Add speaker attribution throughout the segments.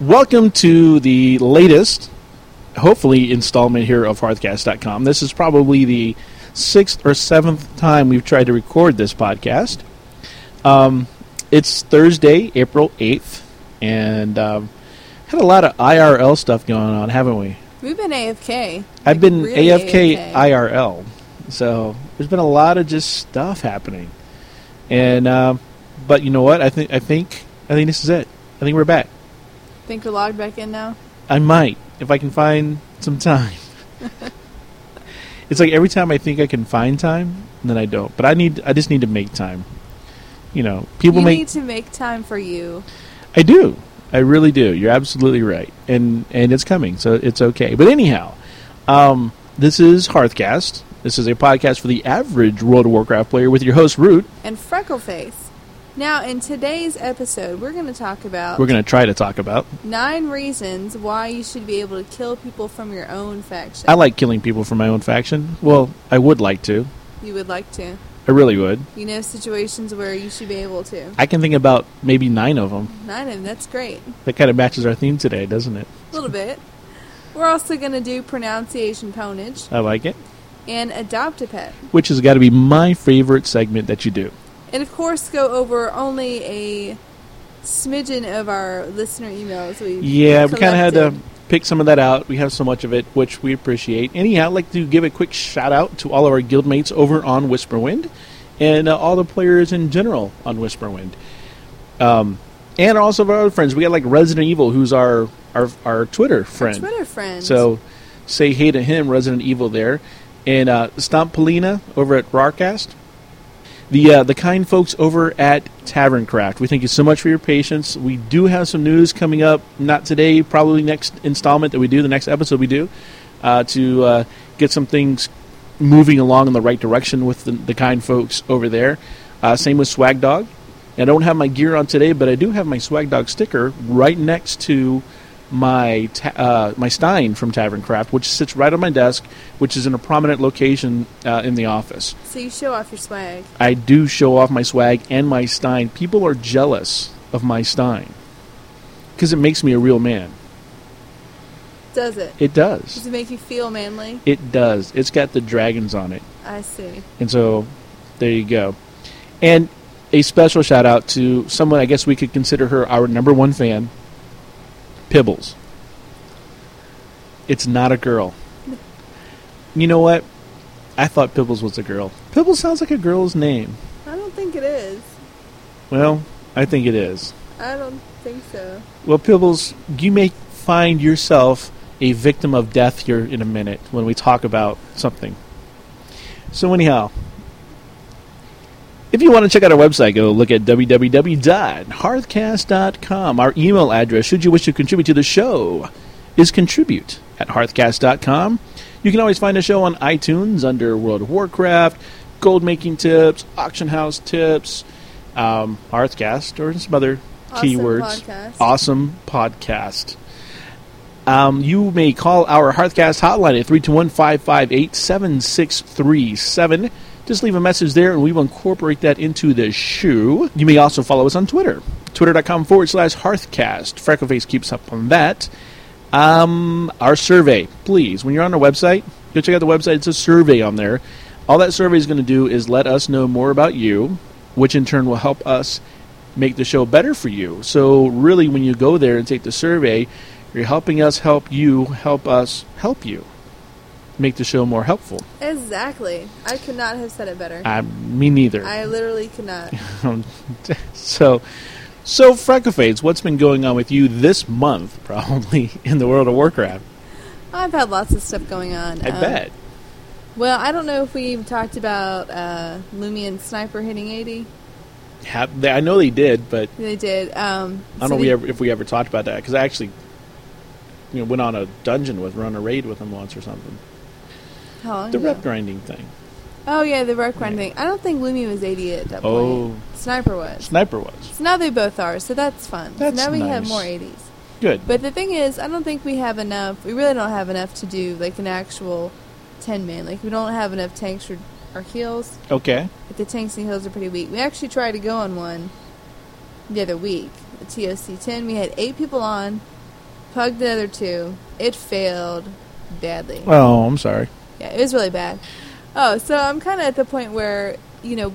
Speaker 1: Welcome to the latest, hopefully, installment here of Hearthcast.com. This is probably the sixth or seventh time we've tried to record this podcast. Um, it's Thursday, April 8th, and um, had a lot of IRL stuff going on, haven't we?
Speaker 2: We've been AFK.
Speaker 1: I've been
Speaker 2: really
Speaker 1: AFK,
Speaker 2: AFK.
Speaker 1: IRL. So there's been a lot of just stuff happening, and um, but you know what? I think I think I think this is it. I think we're back.
Speaker 2: Think we're logged back in now.
Speaker 1: I might if I can find some time. it's like every time I think I can find time, then I don't. But I need I just need to make time. You know, people
Speaker 2: you
Speaker 1: make
Speaker 2: need to make time for you.
Speaker 1: I do. I really do. You're absolutely right, and and it's coming, so it's okay. But anyhow, um, this is Hearthcast. This is a podcast for the average World of Warcraft player with your host Root.
Speaker 2: And Freckleface. Now, in today's episode, we're going to talk about
Speaker 1: We're going to try to talk about.
Speaker 2: nine reasons why you should be able to kill people from your own faction.
Speaker 1: I like killing people from my own faction. Well, I would like to.
Speaker 2: you would like to.
Speaker 1: I really would.
Speaker 2: You know situations where you should be able to.
Speaker 1: I can think about maybe nine of them.
Speaker 2: Nine of them. That's great.
Speaker 1: That kind of matches our theme today, doesn't it?
Speaker 2: A little bit. We're also going to do pronunciation ponage
Speaker 1: I like it.
Speaker 2: and adopt a pet.
Speaker 1: Which has got to be my favorite segment that you do.
Speaker 2: And of course, go over only a smidgen of our listener emails. We
Speaker 1: Yeah, we kind of had to pick some of that out. We have so much of it, which we appreciate. Anyhow, I'd like to give a quick shout out to all of our guildmates over on Whisperwind and uh, all the players in general on Whisperwind. Um, and also our other friends. We got like Resident Evil, who's our, our, our Twitter friend.
Speaker 2: Twitter friends.
Speaker 1: So say hey to him, Resident Evil there, and uh, Stomp Polina over at Rarcast. The uh, the kind folks over at Tavern Craft. We thank you so much for your patience. We do have some news coming up, not today, probably next installment that we do, the next episode we do, uh, to uh, get some things moving along in the right direction with the, the kind folks over there. Uh, same with Swag Dog. I don't have my gear on today, but I do have my Swag Dog sticker right next to my ta- uh, my Stein from Tavern Craft, which sits right on my desk, which is in a prominent location uh, in the office.
Speaker 2: So you show off your swag.
Speaker 1: I do show off my swag and my Stein. People are jealous of my Stein because it makes me a real man.
Speaker 2: Does it?
Speaker 1: It
Speaker 2: Does
Speaker 1: does.
Speaker 2: it make you feel manly?
Speaker 1: It does. It's got the dragons on it.
Speaker 2: I see.
Speaker 1: And so there you go. And a special shout out to someone I guess we could consider her our number one fan, Pibbles. It's not a girl. You know what? I thought Pibbles was a girl. Pibbles sounds like a girl's name.
Speaker 2: I don't think it is.
Speaker 1: Well, I think it is.
Speaker 2: I don't think so.
Speaker 1: Well, Pibbles, you may find yourself a victim of death here in a minute when we talk about something. So, anyhow, if you want to check out our website, go look at www.hearthcast.com. Our email address, should you wish to contribute to the show, is contribute at hearthcast.com. You can always find the show on iTunes under World of Warcraft, gold making tips, auction house tips, um, Hearthcast, or some other
Speaker 2: Awesome
Speaker 1: keywords
Speaker 2: podcast.
Speaker 1: awesome podcast. Um, you may call our Hearthcast hotline at 321 558 7637. Just leave a message there and we will incorporate that into the shoe. You may also follow us on Twitter, twitter.com forward slash Hearthcast. Freckleface keeps up on that. Um, our survey, please. When you're on our website, go check out the website. It's a survey on there. All that survey is going to do is let us know more about you, which in turn will help us make the show better for you. So, really, when you go there and take the survey, you're helping us help you help us help you make the show more helpful.
Speaker 2: Exactly. I could not have said it better.
Speaker 1: Uh, me neither.
Speaker 2: I literally could not.
Speaker 1: so, so Freckleface, what's been going on with you this month, probably in the world of Warcraft?
Speaker 2: I've had lots of stuff going on.
Speaker 1: I
Speaker 2: Um,
Speaker 1: bet.
Speaker 2: Well, I don't know if we've talked about uh, Lumian Sniper hitting 80.
Speaker 1: Ha- they- I know they did, but
Speaker 2: They did. Um,
Speaker 1: I don't
Speaker 2: so
Speaker 1: know if we
Speaker 2: the-
Speaker 1: ever, if we ever talked about that because I actually, you know, went on a dungeon with, run a raid with him once or something.
Speaker 2: how long
Speaker 1: The
Speaker 2: ago?
Speaker 1: rep grinding thing.
Speaker 2: Oh yeah, the rock run
Speaker 1: Yeah.
Speaker 2: thing. I don't think Lumi was 80 at that
Speaker 1: Oh.
Speaker 2: point. Sniper was.
Speaker 1: Sniper was
Speaker 2: so now they both are. So that's fun.
Speaker 1: That's
Speaker 2: so now we have
Speaker 1: nice.
Speaker 2: more 80s.
Speaker 1: good.
Speaker 2: But the thing is, I don't think we have enough. We really don't have enough to do like an actual 10 man. Like we don't have enough tanks or, or heals.
Speaker 1: Okay.
Speaker 2: But the tanks and heals are pretty weak. We actually tried to go on one the other week, a TOC 10. We had eight people on, Pug the other two. It failed badly.
Speaker 1: Oh, I'm sorry.
Speaker 2: Yeah, it was really bad. Oh, so I'm kind of at the point where you know,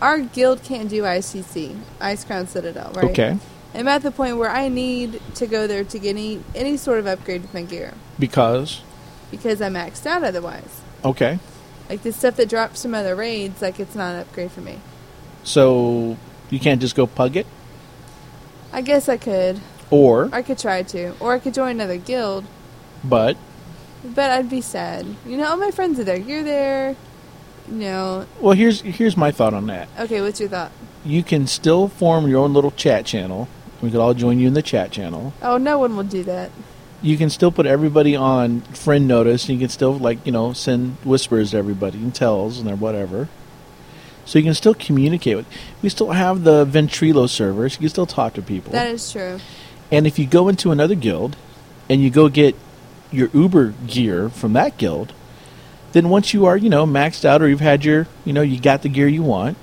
Speaker 2: our guild can't do ICC, Ice Crown Citadel, right?
Speaker 1: Okay.
Speaker 2: I'm at the point where I need to go there to get any any sort of upgrade with my gear
Speaker 1: Because
Speaker 2: because I'm maxed out otherwise.
Speaker 1: okay.
Speaker 2: Like the stuff that drops from other raids, like it's not an upgrade for me.
Speaker 1: So you can't just go pug it
Speaker 2: I guess I could.
Speaker 1: or
Speaker 2: I could try to, or I could join another guild,
Speaker 1: but
Speaker 2: but I'd be sad. You know, all my friends are there. You're there. You know.
Speaker 1: well here's here's my thought on that.
Speaker 2: Okay, what's your thought?
Speaker 1: You can still form your own little chat channel. We could all join you in the chat channel.
Speaker 2: Oh, no one will do that.
Speaker 1: You can still put everybody on friend notice. And you can still like, you know, send whispers to everybody and tells and whatever. So you can still communicate with we still have the Ventrilo servers. You can still talk to people.
Speaker 2: That is true.
Speaker 1: And if you go into another guild and you go get your Uber gear from that guild, then once you are, you know, maxed out or you've had your, you know, you got the gear you want,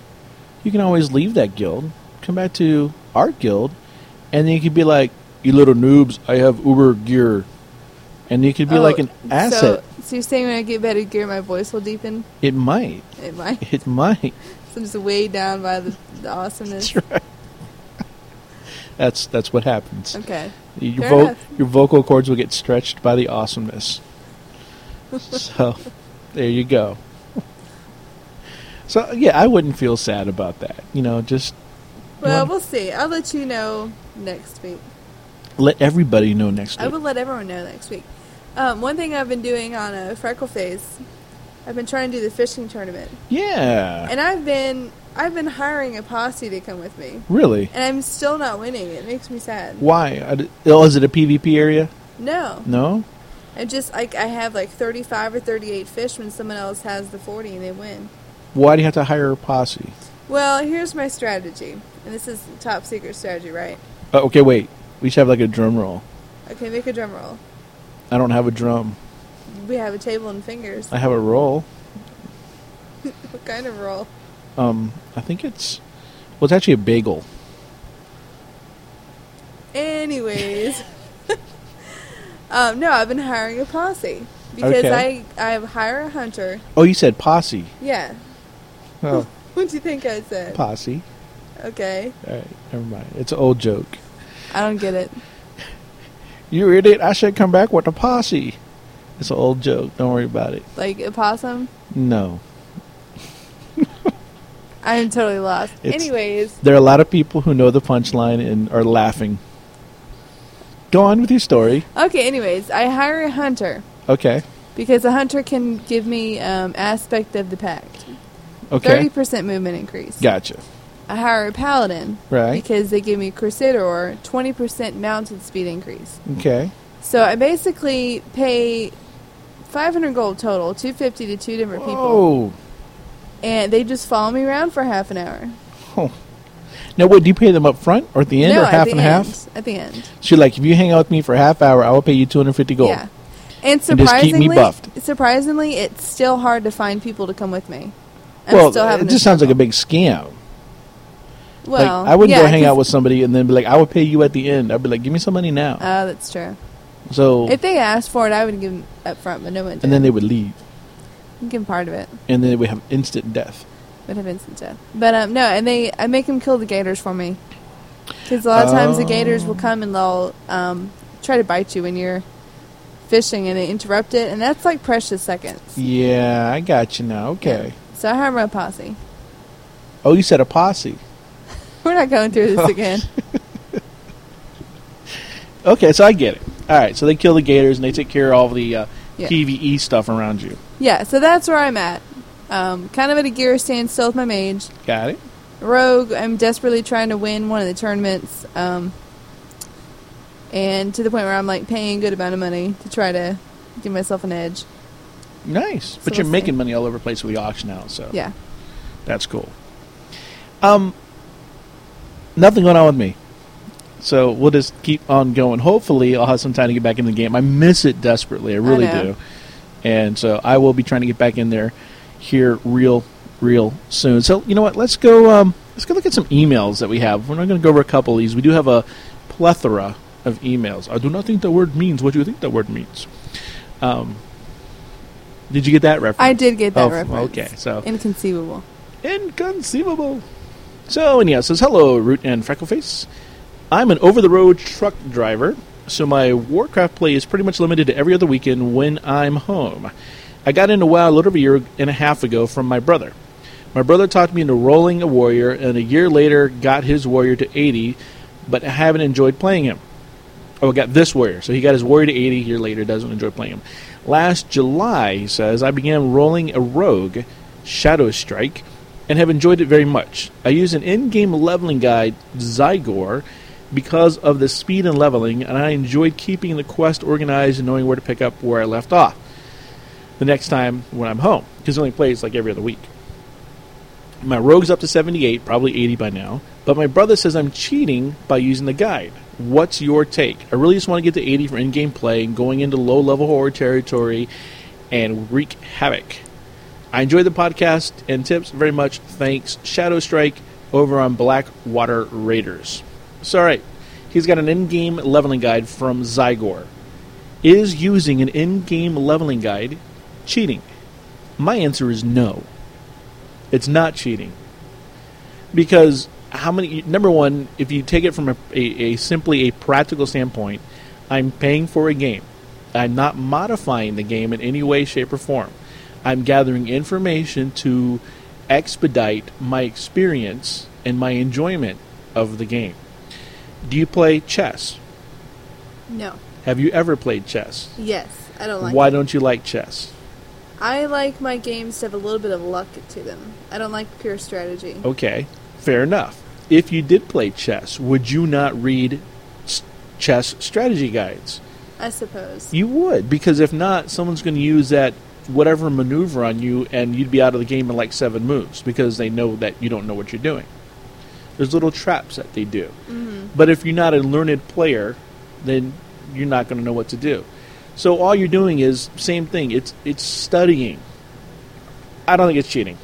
Speaker 1: you can always leave that guild, come back to our guild, and then you could be like, you little noobs, I have Uber gear. And you could be
Speaker 2: Oh,
Speaker 1: like an
Speaker 2: so-
Speaker 1: asset.
Speaker 2: So, you're saying when I get better gear, my voice will deepen?
Speaker 1: It might.
Speaker 2: It might.
Speaker 1: It might.
Speaker 2: So I'm just weighed down by the, the awesomeness.
Speaker 1: That's right. That's that's what happens.
Speaker 2: Okay.
Speaker 1: Your,
Speaker 2: Fair
Speaker 1: vo-
Speaker 2: enough.
Speaker 1: your vocal cords will get stretched by the awesomeness. so, there you go. So, yeah, I wouldn't feel sad about that. You know, just
Speaker 2: Well,
Speaker 1: wanna-
Speaker 2: we'll see. I'll let you know next week.
Speaker 1: let everybody know next
Speaker 2: I
Speaker 1: week.
Speaker 2: will let everyone know next week. Um, one thing I've been doing on a freckle phase, I've been trying to do the fishing tournament,
Speaker 1: Yeah.
Speaker 2: and I've been I've been hiring a posse to come with me,
Speaker 1: really?
Speaker 2: and I'm still not winning. It makes me sad.
Speaker 1: Why? I d- Oh, is it a PvP area?
Speaker 2: No,
Speaker 1: No?
Speaker 2: I just like I have like 35 or 38 fish when someone else has the 40 and they win.
Speaker 1: Why do you have to hire a posse?
Speaker 2: Well, here's my strategy, and this is top secret strategy, right?
Speaker 1: Uh, okay, wait. We should have like a drum roll.
Speaker 2: Okay, make a drum roll.
Speaker 1: I don't have a drum.
Speaker 2: We have a table and fingers.
Speaker 1: I have a roll.
Speaker 2: What kind of roll?
Speaker 1: Um, I think it's well, it's actually a bagel.
Speaker 2: Anyways, um, no, I've been hiring a posse because
Speaker 1: Okay.
Speaker 2: I I hire a hunter.
Speaker 1: Oh, you said posse.
Speaker 2: Yeah.
Speaker 1: Oh,
Speaker 2: What do you think I said?
Speaker 1: posse.
Speaker 2: okay.
Speaker 1: All right, never mind. It's an old joke.
Speaker 2: I don't get it.
Speaker 1: You idiot! I should come back with a posse. It's an old joke. Don't worry about it.
Speaker 2: Like a possum.
Speaker 1: No,
Speaker 2: I'm totally lost.
Speaker 1: It's-
Speaker 2: Anyways,
Speaker 1: there are a lot of people who know the punchline and are laughing. Go on with your story.
Speaker 2: okay. Anyways, I hire a hunter
Speaker 1: Okay.
Speaker 2: because a hunter can give me um, aspect of the pact,
Speaker 1: Okay.
Speaker 2: thirty percent movement increase.
Speaker 1: Gotcha.
Speaker 2: I hire a paladin
Speaker 1: Right.
Speaker 2: because they give me crusader or twenty percent mounted speed increase.
Speaker 1: Okay.
Speaker 2: So I basically pay 500 gold total, 250 to two different people,
Speaker 1: Oh.
Speaker 2: and they just follow me around for half an hour.
Speaker 1: oh. Now, what do you pay them up front or at the end
Speaker 2: no,
Speaker 1: or
Speaker 2: at
Speaker 1: half
Speaker 2: the
Speaker 1: and
Speaker 2: end,
Speaker 1: half?
Speaker 2: At the end,
Speaker 1: So you're like, if you hang out with me for a half hour, I will pay you 250 gold.
Speaker 2: yeah. And
Speaker 1: And just keep me
Speaker 2: surprisingly,
Speaker 1: buffed.
Speaker 2: surprisingly, it's still hard to find people to come with me. I'm
Speaker 1: well,
Speaker 2: still having
Speaker 1: it
Speaker 2: a
Speaker 1: just sounds like a big
Speaker 2: struggle.
Speaker 1: scam.
Speaker 2: Well,
Speaker 1: like, I wouldn't
Speaker 2: yeah,
Speaker 1: go hang out
Speaker 2: 'cause-
Speaker 1: with somebody and then be like, I will pay you at the end. I'd be like, give me some money now.
Speaker 2: Oh, that's true.
Speaker 1: so,
Speaker 2: If they asked for it, I would give them up front, but no one did.
Speaker 1: and then they would leave,
Speaker 2: You give 'em part of it,
Speaker 1: and then they would have instant death.
Speaker 2: would have instant death. But um, no, and they I make them kill the gators for me because a lot of times the gators will come and they'll um, try to bite you when you're fishing, and they interrupt it, and that's like precious seconds.
Speaker 1: Yeah, I got you now. Okay.
Speaker 2: So I hire my posse.
Speaker 1: Oh, you said a posse.
Speaker 2: We're not going through this again.
Speaker 1: Okay, so I get it. All right, so they kill the gators and they take care of all the uh,
Speaker 2: Yeah.
Speaker 1: PVE stuff around you.
Speaker 2: yeah, so that's where I'm at. Um, kind of at a gear standstill with my mage.
Speaker 1: Got it.
Speaker 2: Rogue, I'm desperately trying to win one of the tournaments. Um, and to the point where I'm like paying a good amount of money to try to give myself an edge.
Speaker 1: Nice. but
Speaker 2: we'll
Speaker 1: you're
Speaker 2: see.
Speaker 1: making money all over the place with the auction house, so
Speaker 2: Yeah.
Speaker 1: that's cool. Um, nothing going on with me. So we'll just keep on going. Hopefully, I'll have some time to get back in the game. I miss it desperately. I really
Speaker 2: know.
Speaker 1: do. And so I will be trying to get back in there here real, real soon. So you know what? Let's go. Um, let's go look at some emails that we have. We're not going to go over a couple of these. We do have a plethora of emails. I do not think the word means what you think the word means. Um, did you get that reference?
Speaker 2: I did get that
Speaker 1: Oh,
Speaker 2: reference.
Speaker 1: Okay, so
Speaker 2: Inconceivable.
Speaker 1: inconceivable. So anyhow, it says hello, Root and Freckleface. I'm an over-the-road truck driver, so my Warcraft play is pretty much limited to every other weekend when I'm home. I got into WoW a little over a year and a half ago from my brother. My brother talked me into rolling a warrior, and a year later got his warrior to 80, but I haven't enjoyed playing him. Oh, I got this warrior. So he got his warrior to 80. A year later, doesn't enjoy playing him. Last July, he says, I began rolling a rogue, Shadow Strike, and have enjoyed it very much. I use an in-game leveling guide, Zygor, because of the speed and leveling, and I enjoyed keeping the quest organized and knowing where to pick up where I left off. The next time when I'm home, because he only plays like every other week. My rogue's up to 78, probably 80 by now, but my brother says I'm cheating by using the guide. What's your take? I really just want to get to 80 for in game play and going into low level horror territory and wreak havoc. I enjoy the podcast and tips very much. Thanks, Shadow Strike over on Blackwater Raiders. So, all right, he's got an in game leveling guide from Zygor. Is using an in game leveling guide cheating? My answer is no it's not cheating because how many number one if you take it from a, a, a simply a practical standpoint i'm paying for a game i'm not modifying the game in any way shape or form i'm gathering information to expedite my experience and my enjoyment of the game do you play chess
Speaker 2: No.
Speaker 1: have you ever played chess
Speaker 2: Yes. I don't like
Speaker 1: why
Speaker 2: it.
Speaker 1: don't you like chess
Speaker 2: I like my games to have a little bit of luck to them. I don't like pure strategy.
Speaker 1: Okay, fair enough. If you did play chess, would you not read s- chess strategy guides?
Speaker 2: I suppose.
Speaker 1: You would, because if not, someone's going to use that whatever maneuver on you, and you'd be out of the game in like seven moves because they know that you don't know what you're doing. There's little traps that they do. But if you're not a learned player, then you're not going to know what to do. So all you're doing is same thing. It's it's studying. I don't think it's cheating.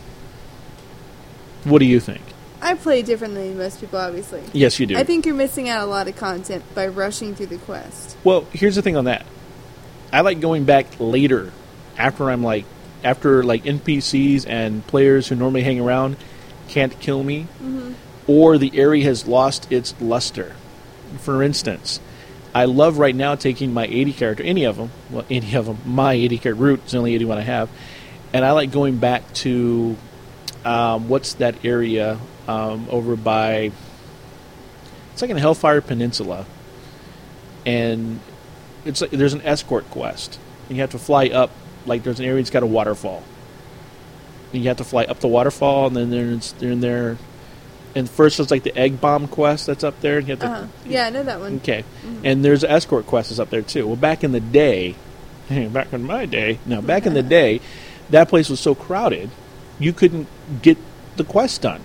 Speaker 1: What do you think?
Speaker 2: I play differently than most people, obviously.
Speaker 1: Yes, you do.
Speaker 2: I think you're missing out a lot of content by rushing through the quest.
Speaker 1: Well, here's the thing on that. I like going back later, after I'm like, after like NPCs and players who normally hang around can't kill me,
Speaker 2: Mm-hmm.
Speaker 1: or the area has lost its luster. For instance, I love right now taking my 80 character, any of them, well, any of them, my 80 character root is the only 81 I have, and I like going back to um, what's that area um, over by? It's like in Hellfire Peninsula and it's like there's an escort quest. And you have to fly up like there's an area that's got a waterfall. And you have to fly up the waterfall, and then there's they're in there. And first, it's like the egg bomb quest that's up there, and you have to
Speaker 2: Uh-huh. Yeah, I know that one.
Speaker 1: Okay. And there's escort quests is up there too. Well, back in the day, back in my day, no, back in the day, that place was so crowded, you couldn't get the quest done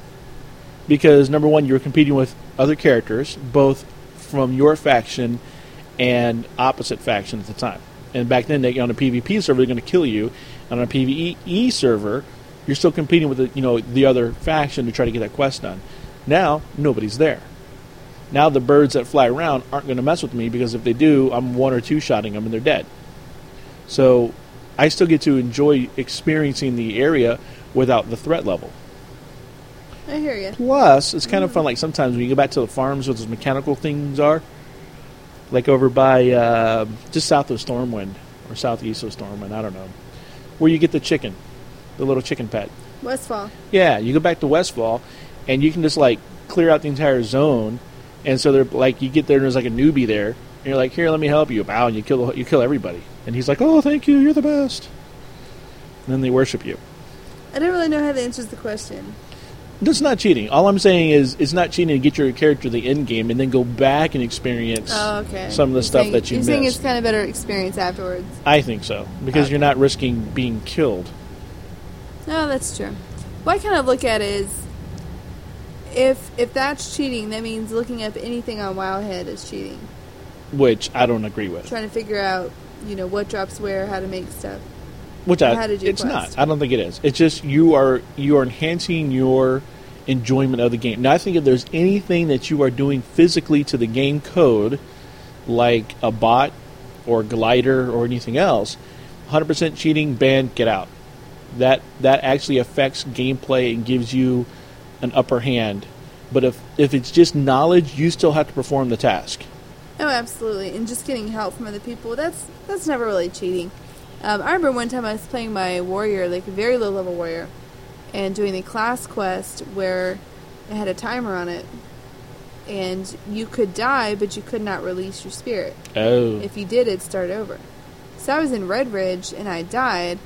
Speaker 1: because number one, you were competing with other characters, both from your faction and opposite faction at the time. And back then, they, on a PvP server, they're going to kill you. And on a PvE server, you're still competing with the, you know the other faction to try to get that quest done. Now nobody's there now the birds that fly around aren't going to mess with me because if they do, I'm one or two shotting them and they're dead. So I still get to enjoy experiencing the area without the threat level.
Speaker 2: I hear you.
Speaker 1: Plus, it's kind of fun. Like sometimes when you go back to the farms where those mechanical things are, like over by uh, just south of Stormwind or southeast of Stormwind, I don't know, where you get the chicken, the little chicken pet.
Speaker 2: Westfall.
Speaker 1: Yeah, you go back to Westfall, and you can just like clear out the entire zone, and so they're like you get there and there's like a newbie there, and you're like, here, let me help you, bow, and you kill the whole- you kill everybody, and he's like, oh, thank you, you're the best, and then they worship you.
Speaker 2: I don't really know how that answers the question.
Speaker 1: That's not cheating. All I'm saying is it's not cheating to get your character to the end game and then go back and experience
Speaker 2: Oh, okay.
Speaker 1: some of the
Speaker 2: You're
Speaker 1: stuff
Speaker 2: saying-
Speaker 1: that you
Speaker 2: You're saying it's Uh,
Speaker 1: missed.
Speaker 2: kind of better experience afterwards.
Speaker 1: I think so because
Speaker 2: Okay.
Speaker 1: you're not risking being killed.
Speaker 2: No, that's true. What I kind of look at is if if that's cheating, that means looking up anything on Wowhead is cheating.
Speaker 1: Which I don't agree with.
Speaker 2: Trying to figure out, you know, what drops where, how to make stuff.
Speaker 1: Which I,
Speaker 2: How did you
Speaker 1: it's
Speaker 2: quest?
Speaker 1: not. I don't think it is. It's just you are you are enhancing your enjoyment of the game. Now I think if there's anything that you are doing physically to the game code like a bot or glider or anything else. 100% cheating, banned, get out. That that actually affects gameplay and gives you an upper hand. But if if it's just knowledge, you still have to perform the task.
Speaker 2: Oh, absolutely. And just getting help from other people, that's that's never really cheating. Um, I remember one time I was playing my warrior, like a very low level warrior, and doing the class quest where it had a timer on it. And you could die, but you could not release your spirit.
Speaker 1: Oh,
Speaker 2: If you did, it'd start over. So I was in Red Ridge and I died,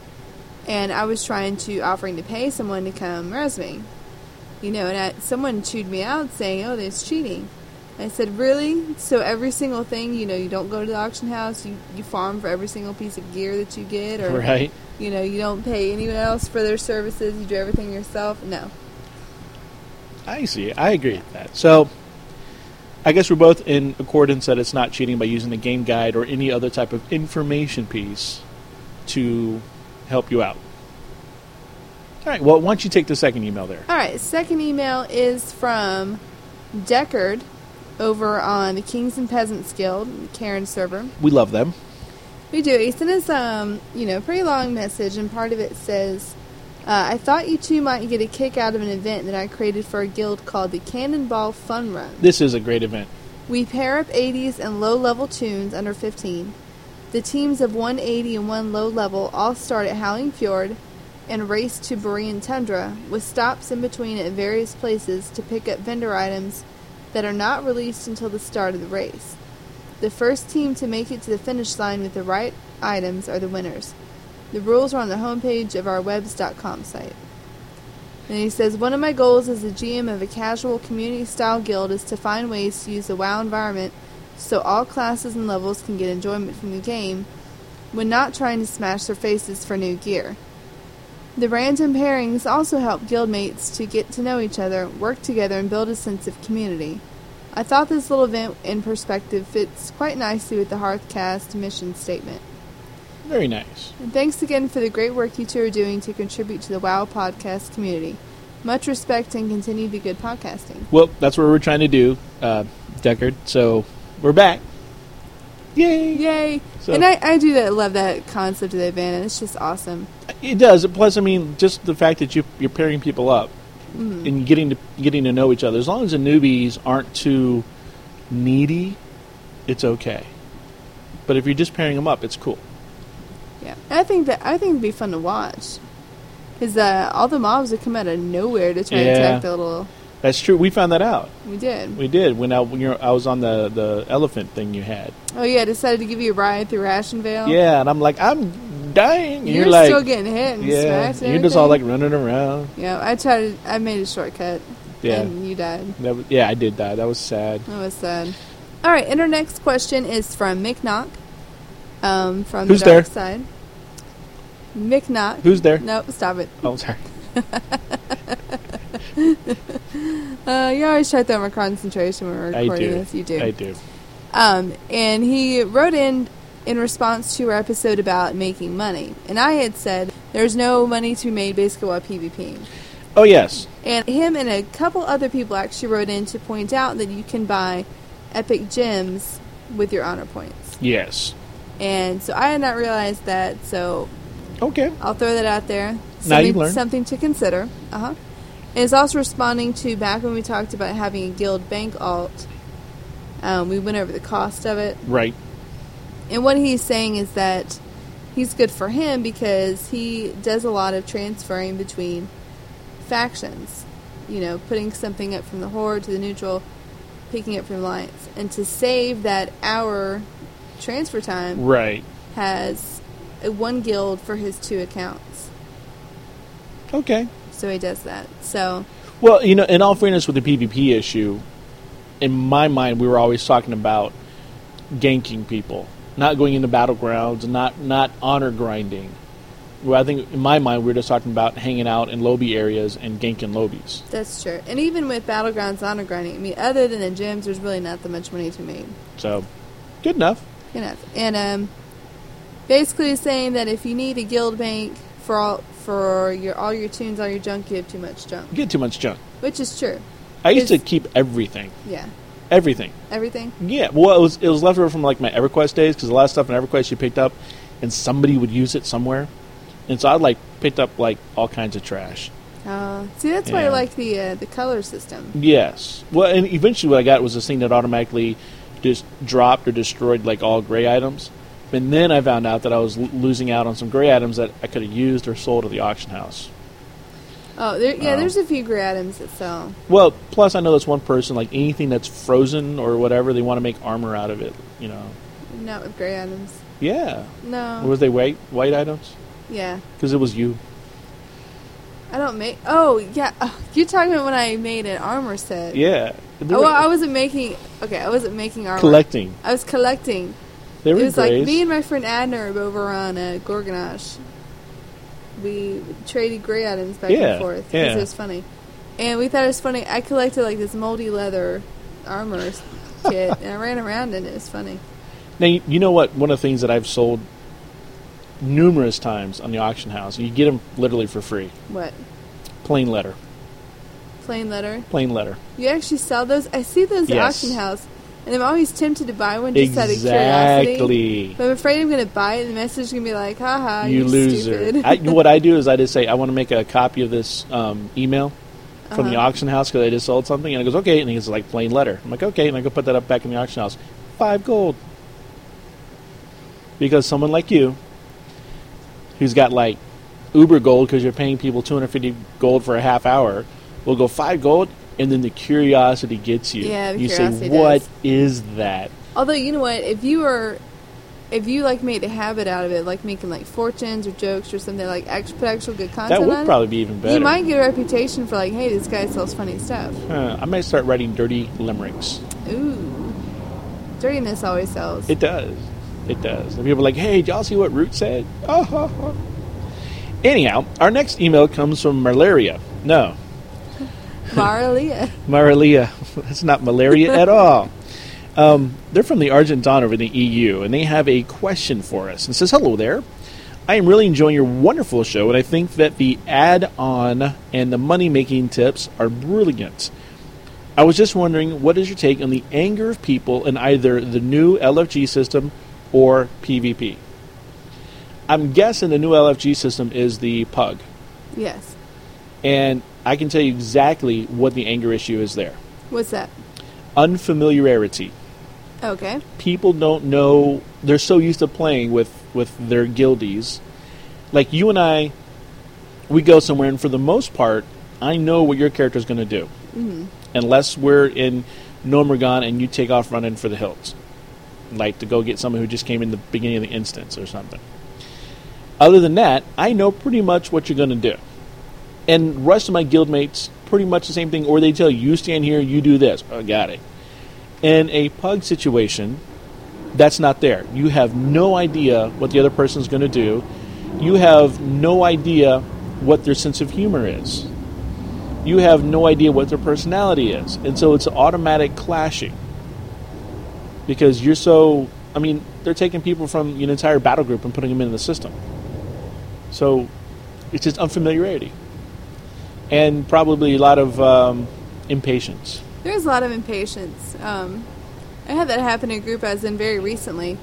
Speaker 2: and I was trying to offering to pay someone to come res me. You know, and I, someone chewed me out saying, "Oh, there's cheating." I said, "Really?" So every single thing, you know, you don't go to the auction house. You you farm for every single piece of gear that you get, or
Speaker 1: right.
Speaker 2: you know, you don't pay anyone else for their services. You do everything yourself. No,
Speaker 1: I see. I agree with that. So, I guess we're both in accordance that it's not cheating by using the game guide or any other type of information piece to help you out. All right. Well, why don't you take the second email there?
Speaker 2: All right, second email is from Deckard over on the Kings and Peasants Guild, Karen server.
Speaker 1: We love them.
Speaker 2: We do. He sent us, um, you know, a pretty long message, and part of it says, uh, I thought you two might get a kick out of an event that I created for a guild called the Cannonball Fun Run.
Speaker 1: This is a great event.
Speaker 2: We pair up 80s and low level tunes under 15. The teams of one 80 and one low level all start at Howling Fjord and race to Borean Tundra, with stops in between at various places to pick up vendor items that are not released until the start of the race. The first team to make it to the finish line with the right items are the winners. The rules are on the homepage of our webs.com site. And he says, One of my goals as the GM of a casual community style guild is to find ways to use the WoW environment so all classes and levels can get enjoyment from the game when not trying to smash their faces for new gear. The random pairings also help guildmates to get to know each other, work together, and build a sense of community. I thought this little event in perspective fits quite nicely with the Hearthcast mission statement.
Speaker 1: Very nice.
Speaker 2: And thanks again for the great work you two are doing to contribute to the WoW podcast community. Much respect and continue the good podcasting.
Speaker 1: Well, that's what we're trying to do, uh, Deckard. So we're back. Yay!
Speaker 2: Yay!
Speaker 1: So-
Speaker 2: and I, I do that, love that concept of the event, and it's just awesome.
Speaker 1: It does. Plus, I mean, just the fact that you, you're pairing people up
Speaker 2: Mm-hmm.
Speaker 1: and getting to getting to know each other. As long as the newbies aren't too needy, it's okay. But if you're just pairing them up, it's cool.
Speaker 2: Yeah, And I think that I think it'd be fun to watch because uh, all the mobs would come out of nowhere to try
Speaker 1: Yeah.
Speaker 2: and attack the little.
Speaker 1: That's true. We found that out.
Speaker 2: We did.
Speaker 1: We did when I when you're, I was on the the elephant thing you had.
Speaker 2: oh yeah, I decided to give you a ride through Ashenvale.
Speaker 1: Yeah, and I'm like, I'm dying. And
Speaker 2: Oh. you're,
Speaker 1: you're like,
Speaker 2: still getting hit. And
Speaker 1: yeah.
Speaker 2: smacked and
Speaker 1: You're just all like
Speaker 2: everything.
Speaker 1: running around.
Speaker 2: Yeah, I tried. I made a shortcut.
Speaker 1: Yeah.
Speaker 2: and you died.
Speaker 1: That was, yeah, I did die. That was sad.
Speaker 2: That was sad. All right, and our next question is from Mick Knock um, from
Speaker 1: Who's
Speaker 2: the dark
Speaker 1: there?
Speaker 2: side. Mick Knock.
Speaker 1: Who's there?
Speaker 2: No, stop it.
Speaker 1: Oh, sorry.
Speaker 2: Uh, you always try to throw my concentration when we're
Speaker 1: Oh. I
Speaker 2: recording
Speaker 1: do.
Speaker 2: this. You do.
Speaker 1: I do.
Speaker 2: Um, and he wrote in in response to our episode about making money, and I had said there's no money to be made basically while PvPing.
Speaker 1: Oh yes.
Speaker 2: And him and a couple other people actually wrote in to point out that you can buy epic gems with your honor points.
Speaker 1: Yes.
Speaker 2: And so I had not realized that, so
Speaker 1: Okay.
Speaker 2: I'll throw that out there. Something,
Speaker 1: Now you've learned.
Speaker 2: Something to consider. Uh huh. And it's also responding to back when we talked about having a guild bank alt. Um, we went over the cost of it.
Speaker 1: Right.
Speaker 2: And what he's saying is that he's good for him because he does a lot of transferring between factions. You know, putting something up from the Horde to the neutral, picking up from Alliance. And to save that hour transfer time,
Speaker 1: Right.
Speaker 2: has a one guild for his two accounts.
Speaker 1: Okay.
Speaker 2: So he does that. So
Speaker 1: Well, you know, in all fairness, with the PvP issue, in my mind, we were always talking about ganking people, not going into battlegrounds, not not honor grinding. Well, I think in my mind, we were just talking about hanging out in lobby areas and ganking lobbies.
Speaker 2: that's true. And even with Battlegrounds honor grinding, I mean, other than the gyms, there's really not that much money to be made.
Speaker 1: So, good enough.
Speaker 2: You know, and um, basically he's saying that if you need a guild bank for all for your all your tunes, all your junk, you have too much junk,
Speaker 1: You get too much junk.
Speaker 2: which is true.
Speaker 1: I used to
Speaker 2: Is-
Speaker 1: keep everything,
Speaker 2: Yeah,
Speaker 1: Everything.
Speaker 2: Everything.
Speaker 1: Yeah. Well, it was it was left over from like my EverQuest days because a lot of stuff in EverQuest you picked up, and somebody would use it somewhere, and so I like picked up like all kinds of trash.
Speaker 2: Uh, see, that's why I
Speaker 1: Yeah.
Speaker 2: like the uh, the color system.
Speaker 1: Yes. Well, and eventually what I got was this thing that automatically just dropped or destroyed like all gray items. And then I found out that I was l- losing out on some gray items that I could have used or sold at the auction house.
Speaker 2: Oh, there, yeah.
Speaker 1: Oh.
Speaker 2: There's a few gray items that sell.
Speaker 1: Well, plus I know that's one person like anything that's frozen or whatever they want to make armor out of it. You know.
Speaker 2: Not with gray items.
Speaker 1: Yeah.
Speaker 2: No.
Speaker 1: Or was they white white items?
Speaker 2: yeah.
Speaker 1: Because it was you.
Speaker 2: I don't make. Oh yeah. Oh, you're talking about when I made an armor set.
Speaker 1: Yeah. They
Speaker 2: Oh,
Speaker 1: were
Speaker 2: well, I wasn't making. Okay, I wasn't making armor.
Speaker 1: collecting.
Speaker 2: I was collecting.
Speaker 1: They were
Speaker 2: it was
Speaker 1: grays.
Speaker 2: like me and my friend Adner over on uh, Gorgonash. We traded gray items back
Speaker 1: Yeah,
Speaker 2: and forth because
Speaker 1: yeah.
Speaker 2: it was funny, and we thought it was funny. I collected like this moldy leather armor kit, and I ran around in it. It was funny.
Speaker 1: Now you, you know what? One of the things that I've sold numerous times on the auction house, you get them literally for free.
Speaker 2: What
Speaker 1: Plain letter,
Speaker 2: plain leather?
Speaker 1: plain letter.
Speaker 2: You actually sell those? I see those at
Speaker 1: Yes.
Speaker 2: auction house, and I'm always tempted to buy one just out of curiosity.
Speaker 1: exactly.
Speaker 2: But I'm afraid I'm going to buy it, and the message is going to be like,
Speaker 1: You
Speaker 2: haha, Ah, you're
Speaker 1: loser.
Speaker 2: stupid.
Speaker 1: I, what I do is I just say I want to make a copy of this um, email from the
Speaker 2: Uh-huh.
Speaker 1: auction house because I just sold something, and it goes okay, and it's like plain letter. I'm like okay, and I go put that up back in the auction house, five gold, because someone like you, who's got like uber gold because you're paying people 250 gold for a half hour, will go five gold, and then the curiosity gets you.
Speaker 2: Yeah, the
Speaker 1: you
Speaker 2: curiosity
Speaker 1: say what
Speaker 2: does.
Speaker 1: is that?
Speaker 2: Although, you know what? If you were, if you, like, made a habit out of it, like making, like, fortunes or jokes or something, like, act- put actual good content
Speaker 1: That
Speaker 2: on
Speaker 1: would
Speaker 2: it,
Speaker 1: probably be even better.
Speaker 2: you might get a reputation for, like, hey, this guy sells funny stuff.
Speaker 1: Huh, I might start writing dirty limericks.
Speaker 2: Ooh. Dirtiness always sells.
Speaker 1: It does. It does. And people are like, hey, did y'all see what Root said? Oh, ho, ho. Anyhow, our next email comes from Malaria. No,
Speaker 2: Maralia.
Speaker 1: Malaria. That's not malaria at all. Um, they're from the Argentina over in the EU, and they have a question for us. And says, hello there. I am really enjoying your wonderful show, and I think that the add-on and the money-making tips are brilliant. I was just wondering, what is your take on the anger of people in either the new LFG system or PvP? I'm guessing the new LFG system is the pug,
Speaker 2: yes.
Speaker 1: and I can tell you exactly what the anger issue is there.
Speaker 2: What's that?
Speaker 1: Unfamiliarity.
Speaker 2: Okay.
Speaker 1: People don't know. They're so used to playing with with their guildies. Like you and I, we go somewhere, and for the most part, I know what your character's going to do.
Speaker 2: hmm
Speaker 1: unless we're in Nomragon and you take off running for the hills, like to go get someone who just came in the beginning of the instance or something. Other than that, I know pretty much what you're going to do, and rest of my guildmates pretty much the same thing. Or they tell you, you stand here, you do this. Oh, got it. In a pug situation, that's not there. You have no idea what the other person's going to do. You have no idea what their sense of humor is you have no idea what their personality is. And so it's automatic clashing. Because you're so, I mean, they're taking people from an entire battle group and putting them in the system. So it's just unfamiliarity. And probably a lot of um, impatience.
Speaker 2: There's a lot of impatience. Um, I had that happen in a group I was in very recently.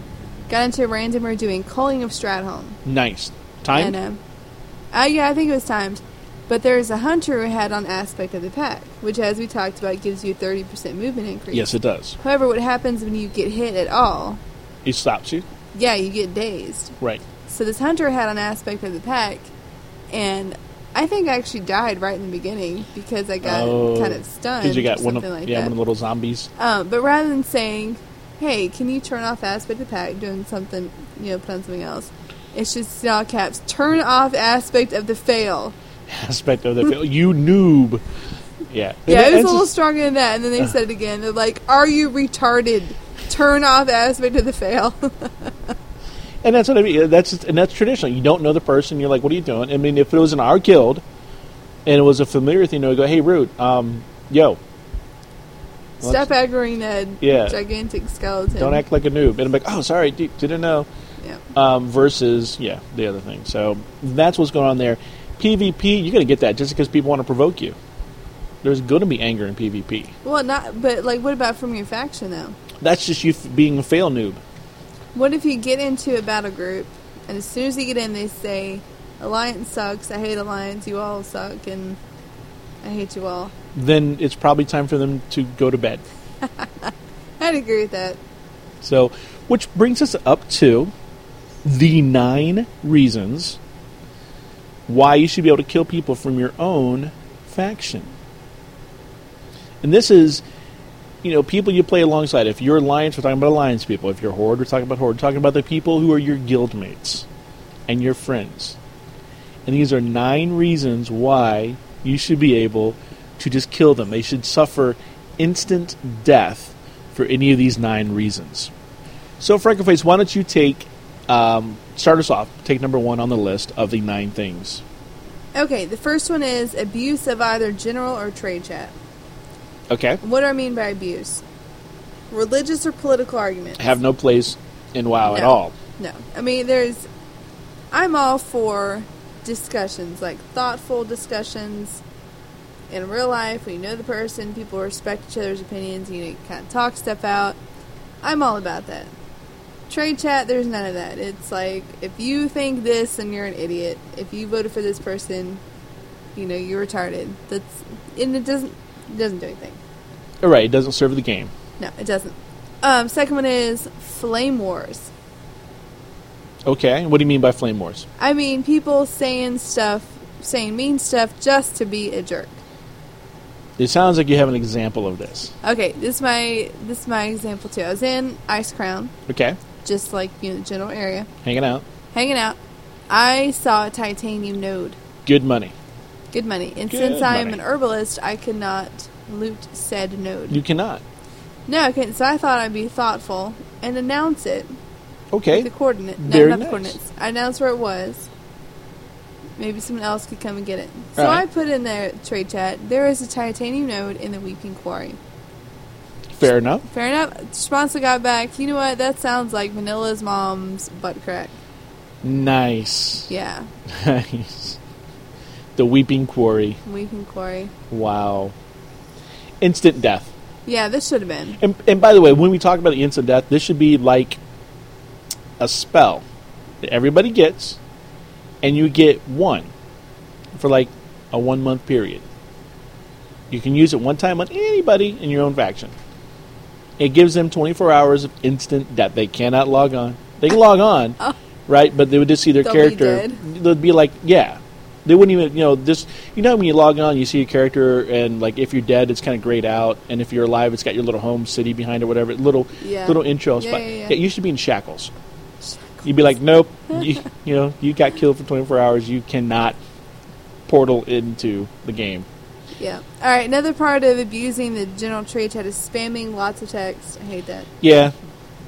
Speaker 2: Got into a random or doing calling of Stratholm.
Speaker 1: Nice. Time?
Speaker 2: And, um, uh, yeah, I think it was timed. But there's a hunter who had on aspect of the pack, which, as we talked about, gives you 30% movement increase.
Speaker 1: yes, it does.
Speaker 2: However, what happens when you get hit at all?
Speaker 1: It stops you.
Speaker 2: Yeah, you get dazed.
Speaker 1: Right.
Speaker 2: So this hunter had an aspect of the pack, and I think I actually died right in the beginning because I got
Speaker 1: Oh,
Speaker 2: kind of stunned.
Speaker 1: Because you got
Speaker 2: or
Speaker 1: one of,
Speaker 2: something like
Speaker 1: yeah,
Speaker 2: that.
Speaker 1: one of the little zombies.
Speaker 2: Um, but rather than saying, "Hey, can you turn off aspect of the pack?" Doing something, you know, put on something else. It's just in all caps. Turn off aspect of the fail.
Speaker 1: Aspect of the film. You noob. Yeah.
Speaker 2: Yeah, it was
Speaker 1: It's
Speaker 2: a little
Speaker 1: just-
Speaker 2: stronger than that. And then they said it again. They're like, "Are you retarded? Turn off aspect of the fail."
Speaker 1: And that's what I mean. That's and that's traditional. You don't know the person. You're like, what are you doing? I mean, if it was in our guild, and it was a familiar thing, I would go, hey, Root, um, yo,
Speaker 2: Stop aggroing that
Speaker 1: Yeah.
Speaker 2: gigantic skeleton.
Speaker 1: don't act like a noob. And I'm like, oh, sorry, d- didn't know.
Speaker 2: Yeah.
Speaker 1: Um, versus, yeah, the other thing. So that's what's going on there. PvP, you're gonna get that just because people want to provoke you. There's going to be anger in PvP.
Speaker 2: Well, not. But like, what about from your faction though?
Speaker 1: That's just you f- being a fail noob.
Speaker 2: What if you get into a battle group, and as soon as you get in, they say, "Alliance sucks. I hate Alliance. You all suck, and I hate you all."
Speaker 1: Then it's probably time for them to go to bed.
Speaker 2: I'd agree with that.
Speaker 1: So, which brings us up to the nine reasons why you should be able to kill people from your own faction. And this is, you know, people you play alongside. If you're Alliance, we're talking about Alliance people. If you're Horde, we're talking about Horde. We're talking about the people who are your guild mates and your friends. And these are nine reasons why you should be able to just kill them. They should suffer instant death for any of these nine reasons. So, Freckleface, why don't you take um, start us off? Take number one on the list of the nine things.
Speaker 2: Okay, the first one is abuse of either general or trade chat.
Speaker 1: Okay,
Speaker 2: What do I mean by abuse? Religious or political arguments?
Speaker 1: have no place in WoW at
Speaker 2: No.
Speaker 1: all.
Speaker 2: No. I mean, there's. I'm all for discussions, like thoughtful discussions in real life. We know the person, people respect each other's opinions, you know, you kind of talk stuff out. I'm all about that. Trade chat, there's none of that. It's like, if you think this, then you're an idiot. If you voted for this person, you know, you're retarded. That's. And it doesn't, it doesn't do anything.
Speaker 1: All right, it doesn't serve the game.
Speaker 2: No, it doesn't. Um, second one is flame wars.
Speaker 1: Okay, what do you mean by flame wars?
Speaker 2: I mean, people saying stuff, saying mean stuff just to be a jerk.
Speaker 1: It sounds like you have an example of this.
Speaker 2: Okay, this is my this is my example too. I was in Ice Crown,
Speaker 1: Okay,
Speaker 2: just like you know, general area,
Speaker 1: hanging out,
Speaker 2: hanging out. I saw a titanium node.
Speaker 1: good money.
Speaker 2: Good money. And
Speaker 1: Good
Speaker 2: since I am
Speaker 1: money.
Speaker 2: an herbalist, I could not loot said node.
Speaker 1: You cannot.
Speaker 2: no, I couldn't. So I thought I'd be thoughtful and announce it.
Speaker 1: Okay,
Speaker 2: The coordinate. No,
Speaker 1: Very
Speaker 2: not the
Speaker 1: nice.
Speaker 2: coordinates. I announced where it was. Maybe someone else could come and get it. So
Speaker 1: Alright.
Speaker 2: I put in there trade chat. There is a titanium node in the Weeping Quarry.
Speaker 1: fair enough.
Speaker 2: Fair enough. Sponsor got back. You know what? That sounds like Vanilla's mom's butt crack.
Speaker 1: Nice,
Speaker 2: Yeah,
Speaker 1: nice. The Weeping Quarry.
Speaker 2: Weeping Quarry.
Speaker 1: Wow. Instant death.
Speaker 2: Yeah, this should have been.
Speaker 1: And, and by the way, when we talk about the instant death, this should be like a spell that everybody gets, and you get one for like a one month period. You can use it one time on anybody in your own faction. It gives them 24 hours of instant death. They cannot log on. They can log on,
Speaker 2: Oh.
Speaker 1: right? But they would just see their
Speaker 2: They'll be
Speaker 1: character.
Speaker 2: dead.
Speaker 1: They'd be like, yeah. They wouldn't even, you know, this. You know, when you log on, you see your character, and like if you're dead, it's kind of grayed out, and if you're alive, it's got your little home city behind or whatever, little
Speaker 2: Yeah.
Speaker 1: little intro
Speaker 2: Yeah,
Speaker 1: spot.
Speaker 2: yeah, yeah.
Speaker 1: you should be in shackles. You'd be like, nope, you, you know, you got killed for 24 hours. You cannot portal into the game.
Speaker 2: Yeah. All right. Another part of abusing the general trade chat is spamming lots of text. I hate that.
Speaker 1: Yeah,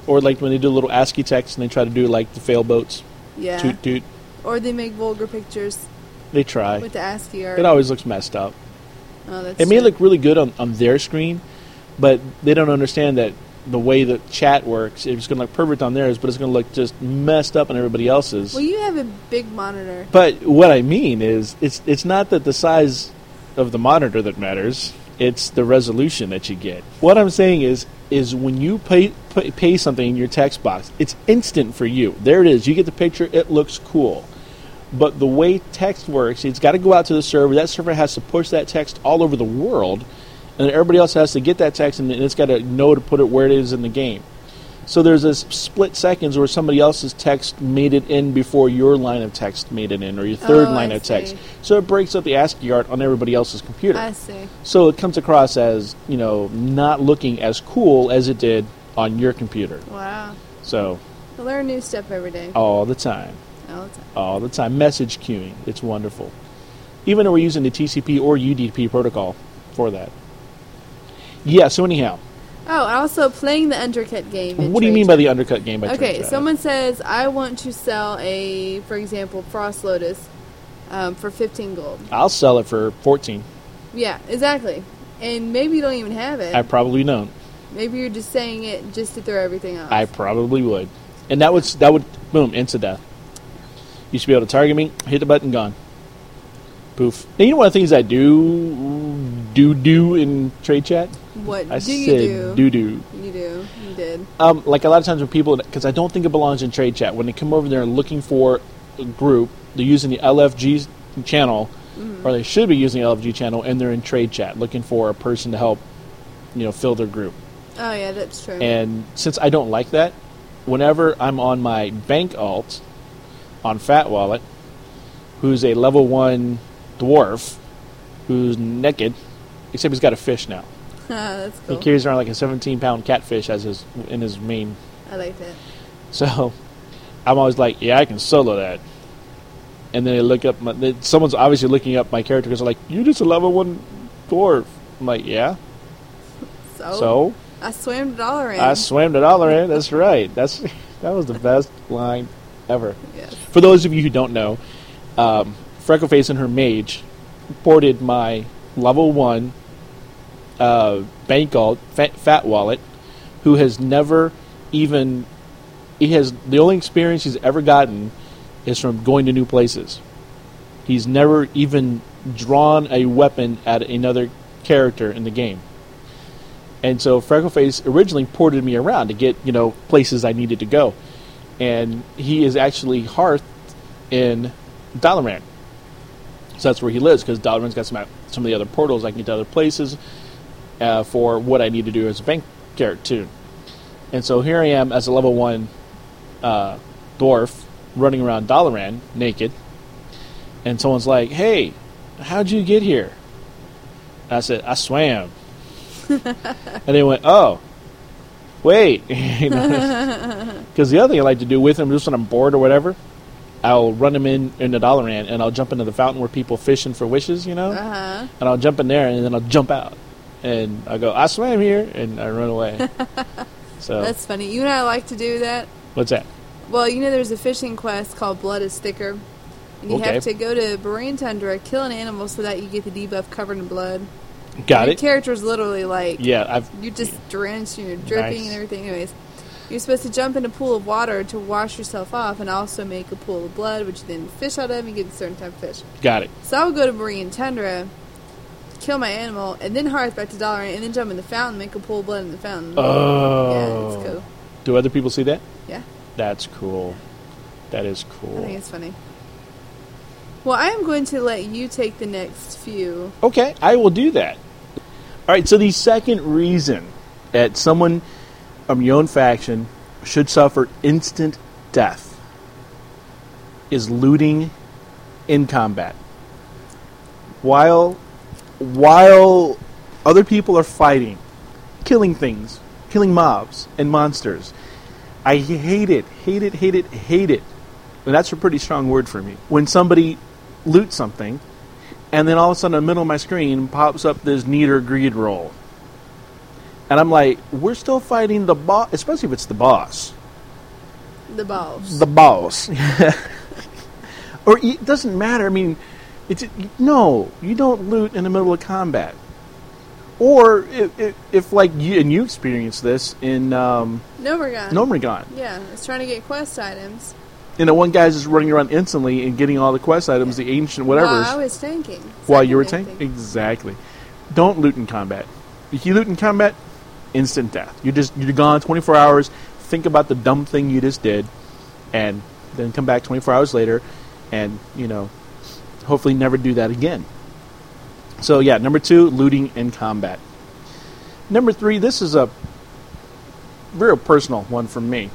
Speaker 1: or like when they do little ASCII text and they try to do like the fail boats,
Speaker 2: Yeah.
Speaker 1: toot toot.
Speaker 2: Or they make vulgar pictures
Speaker 1: They try.
Speaker 2: with the ASCII art.
Speaker 1: It always looks messed up.
Speaker 2: oh, that's
Speaker 1: It may
Speaker 2: true.
Speaker 1: look really good on, on their screen, but they don't understand that the way that chat works, it's going to look perfect on theirs, but it's going to look just messed up on everybody else's.
Speaker 2: Well, you have a big monitor.
Speaker 1: But what I mean is, it's it's not that the size of the monitor that matters; it's the resolution that you get. What I'm saying is, is when you pay pay, pay something in your text box, it's instant for you. There it is. You get the picture. It looks cool. But the way text works, it's got to go out to the server. That server has to push that text all over the world, and then everybody else has to get that text, and it's got to know to put it where it is in the game. So there's this split seconds where somebody else's text made it in before your line of text made it in, or your third
Speaker 2: Oh,
Speaker 1: line
Speaker 2: I
Speaker 1: of text.
Speaker 2: see.
Speaker 1: So it breaks up the ASCII art on everybody else's computer.
Speaker 2: I see.
Speaker 1: so it comes across as you know not looking as cool as it did on your computer.
Speaker 2: Wow.
Speaker 1: So
Speaker 2: I learn new stuff every day.
Speaker 1: all the time,
Speaker 2: All the time.
Speaker 1: all the time, message queuing. It's wonderful. Even though we're using the TCP or UDP protocol for that. Yeah. So anyhow,
Speaker 2: Oh, and also playing the undercut game. in
Speaker 1: what do you
Speaker 2: trade
Speaker 1: mean by the undercut game? By
Speaker 2: chat. Okay,
Speaker 1: Trinidad?
Speaker 2: someone says I want to sell a, for example, Frost Lotus, um, for fifteen gold.
Speaker 1: I'll sell it for fourteen.
Speaker 2: Yeah, exactly. And maybe you don't even have it.
Speaker 1: I probably don't.
Speaker 2: maybe you're just saying it just to throw everything off.
Speaker 1: I probably would. And that would that would boom into death. You should be able to target me, hit the button, gone. Poof. And you know one of the things I do do do in trade chat?
Speaker 2: What
Speaker 1: I
Speaker 2: do you
Speaker 1: said do
Speaker 2: do?
Speaker 1: do.
Speaker 2: You do. You did.
Speaker 1: Um, like a lot of times when people, because I don't think it belongs in trade chat, when they come over there looking for a group, they're using the LFG channel, or they should be using the LFG channel, and they're in trade chat looking for a person to help, you know, fill their group.
Speaker 2: Oh yeah, that's true.
Speaker 1: And since I don't like that, whenever I'm on my bank alt on Fat Wallet, who's a level one dwarf who's naked, except he's got a fish now.
Speaker 2: Ah, that's
Speaker 1: He
Speaker 2: cool.
Speaker 1: carries around like a 17 pound catfish as his in his mane.
Speaker 2: I like that.
Speaker 1: So I'm always like, yeah, I can solo that. And then they look up my. They, someone's obviously looking up my character because they're like, you're just a level one dwarf. I'm like, yeah.
Speaker 2: So,
Speaker 1: So
Speaker 2: I swam dollar in.
Speaker 1: I swam the dollar in. That's right. That's that was the best line ever.
Speaker 2: yes.
Speaker 1: For those of you who don't know, um, Freckleface and her mage ported my level one uh, bank alt fat, fat wallet, who has never even he has the only experience he's ever gotten is from going to new places. He's never even drawn a weapon at another character in the game. And so Freckleface originally ported me around to get, you know, places I needed to go. And he is actually hearthed in Dalaran. So that's where he lives because Dalaran's got some some of the other portals I can get to other places uh, for what I need to do as a bank character too. And so here I am as a level one uh, dwarf running around Dalaran naked, and someone's like, "Hey, how'd you get here?" And I said, "I swam." and they went, "Oh, wait," because the other thing I like to do with them, just when I'm bored or whatever, I'll run them in into Dalaran, and I'll jump into the fountain where people fishing for wishes, you know
Speaker 2: Uh huh.
Speaker 1: and I'll jump in there and then I'll jump out and I go I swam here and I run away. so
Speaker 2: That's funny. You and I like to do that.
Speaker 1: what's that?
Speaker 2: Well, you know, there's a fishing quest called Blood is Thicker. And you
Speaker 1: Okay.
Speaker 2: have to go to Borean Tundra, kill an animal so that you get the debuff covered in blood.
Speaker 1: Got
Speaker 2: Your
Speaker 1: it?
Speaker 2: character's literally like,
Speaker 1: Yeah, I've
Speaker 2: you're just drenched and you're dripping
Speaker 1: Nice.
Speaker 2: and everything. Anyways, you're supposed to jump in a pool of water to wash yourself off and also make a pool of blood, which you then fish out of and get a certain type of fish.
Speaker 1: got it.
Speaker 2: So I would go to Marine Tundra, kill my animal, and then hearth back to Dalaran, and then jump in the fountain, make a pool of blood in the fountain. yeah,
Speaker 1: Oh.
Speaker 2: it's cool.
Speaker 1: Do other people see that?
Speaker 2: Yeah.
Speaker 1: That's cool. That is
Speaker 2: I think
Speaker 1: cool.
Speaker 2: it's funny. Well, I am going to let you take the next few.
Speaker 1: Okay, I will do that. All right, so the second reason that someone from your own faction should suffer instant death is looting in combat. While while other people are fighting, killing things, killing mobs and monsters, I hate it, hate it, hate it, hate it. And that's a pretty strong word for me. When somebody loots something and then all of a sudden, in the middle of my screen pops up this neater greed roll. And I'm like, we're still fighting the boss, especially if it's the boss.
Speaker 2: The balls.
Speaker 1: The boss. or it doesn't matter. I mean, it's no, you don't loot in the middle of combat. Or if, if, if like you and you experienced this in um,
Speaker 2: no, we're gone.
Speaker 1: Nomrigon,
Speaker 2: Yeah, it's trying to get quest items.
Speaker 1: you know, one guy's just running around instantly and getting all the quest items, the ancient whatever.
Speaker 2: While I was tanking.
Speaker 1: while you were
Speaker 2: Second
Speaker 1: tanking. Exactly. Don't loot in combat. If you loot in combat, instant death. You're just you're gone 24 hours. Think about the dumb thing you just did, and then come back 24 hours later, and you know, hopefully never do that again. So yeah, number two, looting in combat. Number three, this is a real personal one from me,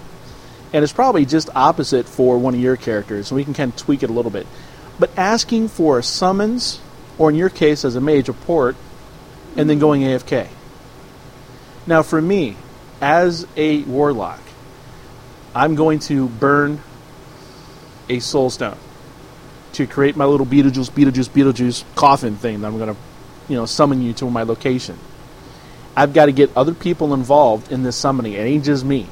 Speaker 1: and it's probably just opposite for one of your characters, so we can kind of tweak it a little bit. But asking for a summons, or in your case, as a mage, a port, and then going AFK. Now, for me, as a warlock, I'm going to burn a soul stone to create my little Beetlejuice, Beetlejuice, Beetlejuice coffin thing that I'm going to, you know, summon you to my location. I've got to get other people involved in this summoning. It ain't just me.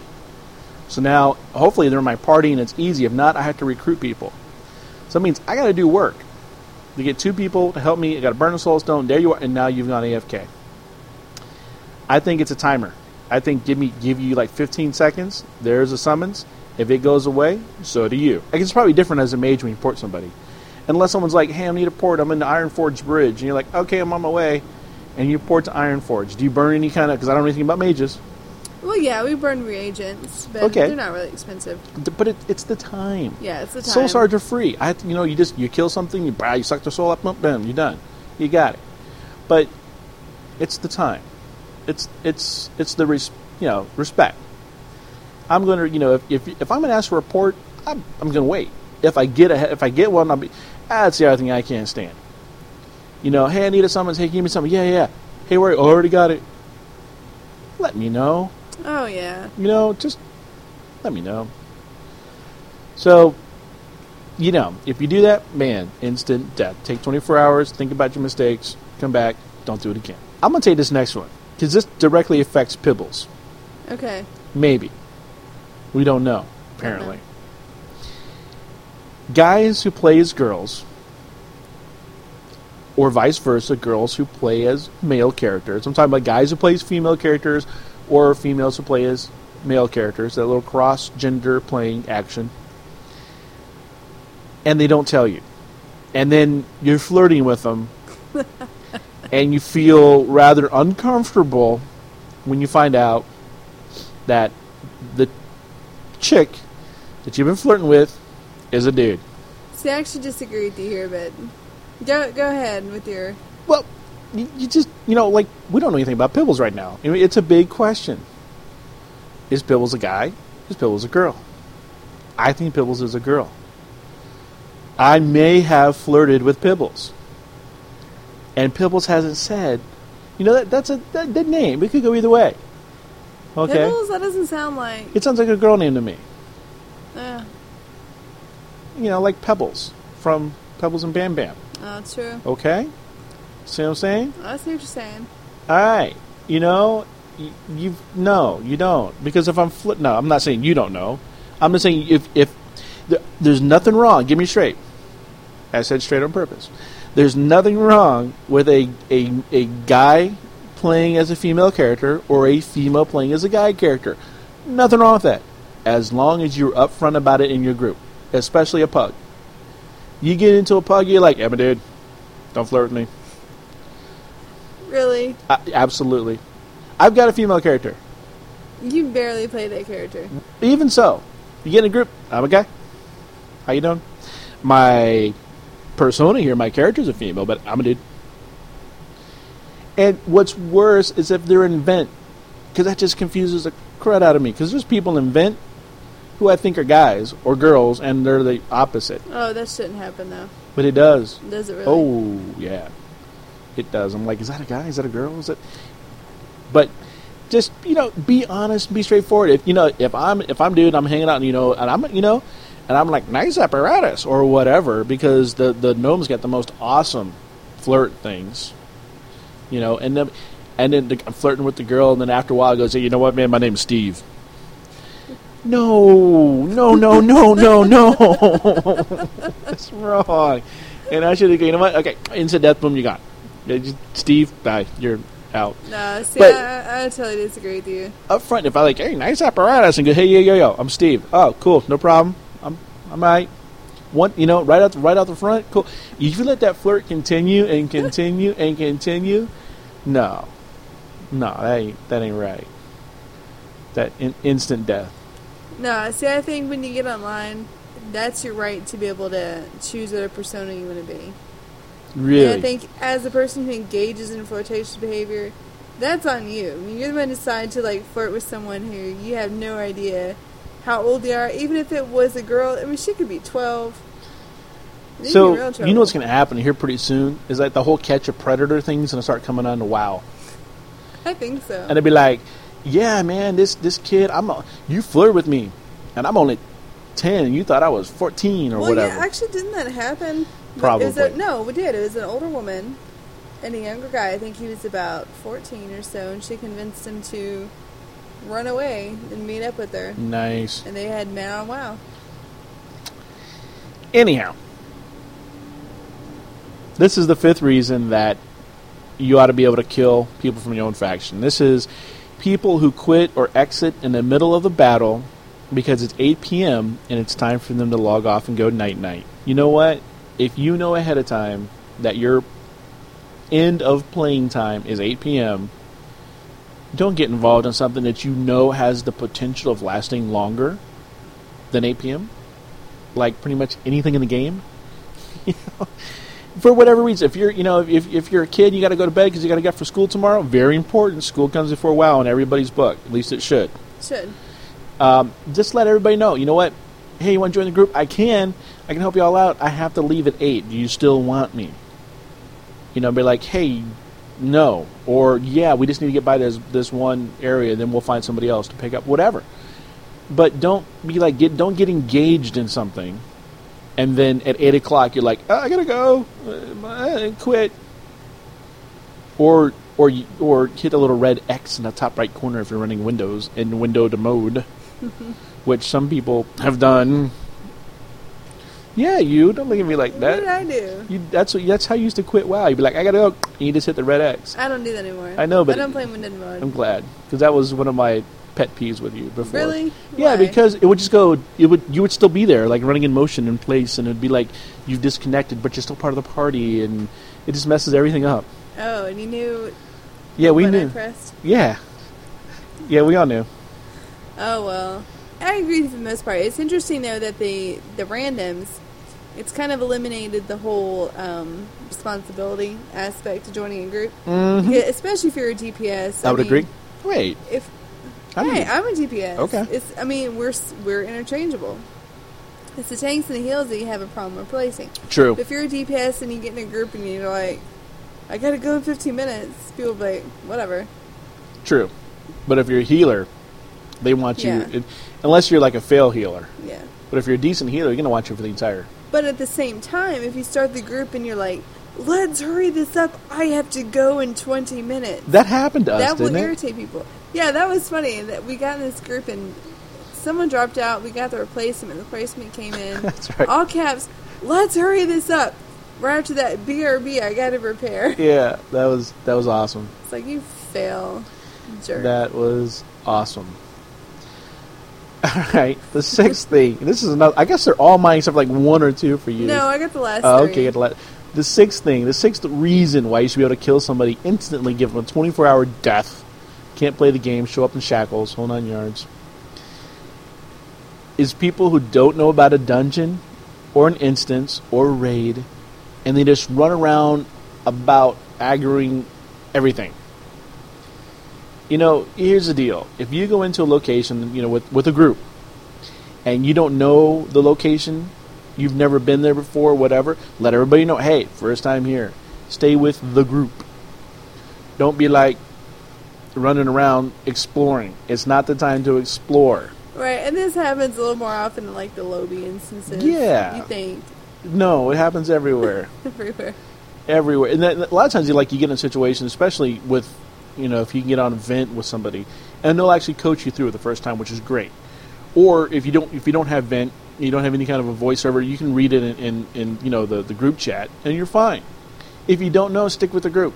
Speaker 1: So now, hopefully, they're in my party and it's easy. If not, I have to recruit people. So that means I got to do work to get two people to help me. I got to burn a soul stone. There you are, and now you've gone AFK. I think it's a timer. I think give me give you like 15 seconds. There's a summons. If it goes away, so do you. I guess it's probably different as a mage when you port somebody. unless someone's like, "Hey, I need a port. I'm in the Iron Forge Bridge," and you're like, "Okay, I'm on my way," and you port to Iron Forge. Do you burn any kind of? Because I don't know anything about mages,
Speaker 2: Well, yeah, we burn reagents, but
Speaker 1: Okay.
Speaker 2: they're not really expensive.
Speaker 1: D- but it, it's the time.
Speaker 2: Yeah, it's the time.
Speaker 1: Soul shards are free. I, you know, you just you kill something, you bah, you suck their soul up, boom, boom, you're done. You got it. But it's the time. It's it's it's the res, you know respect. I'm gonna you know if if, if I'm gonna ask for a port, I'm, I'm gonna wait. If I get a if I get one, I'll be. ah, That's the other thing I can't stand. You know, hey, I need a summons. Hey, give me something. Yeah, yeah. yeah. Hey, where? Oh, I already got it. Let me know
Speaker 2: Oh yeah.
Speaker 1: you know, just let me know. So, you know, if you do that, man, instant death. Take 24 hours, think about your mistakes, come back, don't do it again. I'm going to take this next one because this directly affects Pibbles.
Speaker 2: Okay.
Speaker 1: Maybe. We don't know, apparently. Guys who play as girls, or vice versa, girls who play as male characters. I'm talking about guys who play as female characters, or females who play as male characters. That little cross gender playing action. And they don't tell you. And then you're flirting with them, and you feel rather uncomfortable when you find out that the chick that you've been flirting with is a dude.
Speaker 2: See, I actually disagree with you here, but go go ahead with your.
Speaker 1: Well, you, you just, you know, like, we don't know anything about Pibbles right now. I mean, it's a big question. Is Pibbles a guy? Is Pibbles a girl? I think Pibbles is a girl. I may have flirted with Pibbles. And Pibbles hasn't said, you know, that, that's a that, that name. It could go either way. Okay?
Speaker 2: Pebbles? That doesn't sound like.
Speaker 1: It sounds like a girl name to me.
Speaker 2: Uh,
Speaker 1: You know, like Pebbles from Pebbles and Bam Bam.
Speaker 2: oh, it's true.
Speaker 1: Okay? See what I'm saying?
Speaker 2: I see what you're saying.
Speaker 1: Alright. You know, you, you no, you don't. Because if I'm flip no, I'm not saying you don't know. I'm just saying if if there, there's nothing wrong, give me straight. I said straight on purpose. There's nothing wrong with a, a a guy playing as a female character or a female playing as a guy character. Nothing wrong with that. As long as you're upfront about it in your group. Especially a pug. You get into a pug, you're like, Yeah, but dude, don't flirt with me.
Speaker 2: Really,
Speaker 1: Uh, absolutely. I've got a female character.
Speaker 2: you barely play that character.
Speaker 1: Even so, you get in a group. I'm a guy. How you doing? My persona here, my character's a female, but I'm a dude. And what's worse is if they're in vent, because that just confuses the crud out of me. Because there's people in vent who I think are guys or girls, and they're the opposite.
Speaker 2: Oh, that shouldn't happen though.
Speaker 1: But it does.
Speaker 2: Does it really?
Speaker 1: Oh yeah, it does. I'm like, is that a guy? Is that a girl? Is it? But just you know, be honest, be straightforward. If you know, if I'm if I'm dude, I'm hanging out, and you know, and I'm you know, and I'm like, nice apparatus or whatever, because the the gnomes got the most awesome flirt things, you know, and then and then the, I'm flirting with the girl, and then after a while, I goes, hey, you know what, man, my name's Steve. No, no, no, no, no, no. That's wrong. And I should have, you know what? Okay, instant death boom, you got. Yeah, just- Steve, bye. You're out.
Speaker 2: No, see,
Speaker 1: But-
Speaker 2: I, I, I totally disagree with you.
Speaker 1: Up front, if I like, hey, nice apparatus, and go, hey, yo, yo, yo, I'm Steve. Oh, cool, no problem. I'm, I'm all right. One, you know, right out, the, right out the front, cool. If you let that flirt continue and continue and continue, no, no, that ain't, that ain't right. That in, instant death.
Speaker 2: No, see, I think when you get online, that's your right to be able to choose what a persona you want to be.
Speaker 1: Really.
Speaker 2: And I think as a person who engages in flirtatious behavior, that's on you. I mean, you're the one who decided to like flirt with someone who you have no idea how old they are. Even if it was a girl, I mean, she could be twelve. Then you're
Speaker 1: So
Speaker 2: in real
Speaker 1: you know what's
Speaker 2: trouble.
Speaker 1: going to happen here pretty soon is that the whole catch of predator thing's going to start coming on to WoW,
Speaker 2: I think so.
Speaker 1: and they'll be like, "Yeah, man, this this kid, I'm a, you flirt with me, and I'm only ten, and you thought I was fourteen or
Speaker 2: well,
Speaker 1: whatever."
Speaker 2: yeah, actually, didn't that happen? But
Speaker 1: Probably.
Speaker 2: it was a- no, we did. It was an older woman and a younger guy. I think he was about fourteen or so, and she convinced him to run away and meet up with her.
Speaker 1: nice.
Speaker 2: And they had man on wow.
Speaker 1: Anyhow, this is the fifth reason that you ought to be able to kill people from your own faction. This is people who quit or exit in the middle of the battle because it's 8 p.m. and it's time for them to log off and go night night. You know what? if you know ahead of time that your end of playing time is 8 p.m., don't get involved in something that you know has the potential of lasting longer than 8 p.m. Like pretty much anything in the game. You know? For whatever reason, if you're you know if, if you're a kid, you got to go to bed because you got to get for school tomorrow. Very important. School comes before WoW in everybody's book. At least it should.
Speaker 2: Should.
Speaker 1: Um, just let everybody know. You know what? Hey, you want to join the group? I can. I can help you all out. I have to leave at eight. Do you still want me? You know, be like, hey, no, or yeah, we just need to get by this this one area. Then we'll find somebody else to pick up. Whatever. But don't be like get don't get engaged in something, and then at eight o'clock you're like, oh, I gotta go, uh, uh, quit. Or or you- or hit a little red X in the top right corner if you're running Windows in window to mode, which some people have done. Yeah, you don't look at me like
Speaker 2: what did
Speaker 1: that.
Speaker 2: I do?
Speaker 1: You, that's what, that's how you used to quit WoW. You'd be like, I gotta go, and you just hit the red X.
Speaker 2: I don't do that anymore.
Speaker 1: I know, but-
Speaker 2: I don't play Windows mode.
Speaker 1: I'm glad because that was one of my pet peeves with you before.
Speaker 2: Really?
Speaker 1: Yeah,
Speaker 2: Why?
Speaker 1: because it would just go. It would you would still be there, like running in motion in place, and it'd be like you've disconnected, but you're still part of the party, and it just messes everything up.
Speaker 2: Oh, and you knew
Speaker 1: Yeah, we
Speaker 2: when I
Speaker 1: knew.
Speaker 2: pressed.
Speaker 1: Yeah, yeah, we all knew.
Speaker 2: Oh well, I agree for the most part. It's interesting though that the the randoms, it's kind of eliminated the whole um, responsibility aspect to joining a group,
Speaker 1: Mhm.
Speaker 2: Yeah, especially if you're a DPS.
Speaker 1: I would
Speaker 2: mean,
Speaker 1: agree. Wait,
Speaker 2: If
Speaker 1: I
Speaker 2: hey,
Speaker 1: mean,
Speaker 2: I'm a DPS.
Speaker 1: Okay.
Speaker 2: It's I mean we're s- we're interchangeable. It's the tanks and the heals that you have a problem replacing.
Speaker 1: true.
Speaker 2: But if you're a DPS and you get in a group and you're like, I gotta go in 15 minutes, people will be like, whatever.
Speaker 1: True. But if you're a healer, they want you,
Speaker 2: Yeah.
Speaker 1: it, unless you're like a fail healer.
Speaker 2: Yeah.
Speaker 1: But if you're a decent healer, you're going to want you for the entire.
Speaker 2: But at the same time, if you start the group and you're like, let's hurry this up, I have to go in 20 minutes.
Speaker 1: That happened to us,
Speaker 2: that will
Speaker 1: didn't it?
Speaker 2: irritate people. Yeah, that was funny. That we got in this group and someone dropped out. We got the replacement. The replacement came in.
Speaker 1: That's right.
Speaker 2: All caps. Let's hurry this up. Right after that, BRB. I got to repair.
Speaker 1: Yeah, that was that was awesome.
Speaker 2: It's like you fail, jerk.
Speaker 1: That was awesome. All right, the sixth thing. This is another. I guess they're all mine except like one or two for you.
Speaker 2: no, I got the last.
Speaker 1: Oh,
Speaker 2: three.
Speaker 1: okay. you had to let- The sixth thing. The sixth reason why you should be able to kill somebody instantly, give them a 24-hour death. Can't play the game. Show up in shackles. Hold on yards. Is people who don't know about a dungeon, or an instance, or raid, and they just run around about aggroing everything. You know, here's the deal. If you go into a location, you know, with, with a group, and you don't know the location, you've never been there before, whatever, let everybody know, hey, first time here. Stay with the group. Don't be like running around exploring. It's not the time to explore.
Speaker 2: Right, and this happens a little more often in like the lobby instances.
Speaker 1: Yeah.
Speaker 2: you think
Speaker 1: No, it happens everywhere.
Speaker 2: everywhere.
Speaker 1: everywhere. And then, a lot of times, you like you get in a situation, especially with you know if you can get on a vent with somebody, and they'll actually coach you through it the first time, which is great. Or if you don't if you don't have vent, you don't have any kind of a voiceover, you can read it in, in, in you know the, the group chat, and you're fine. If you don't know, stick with the group.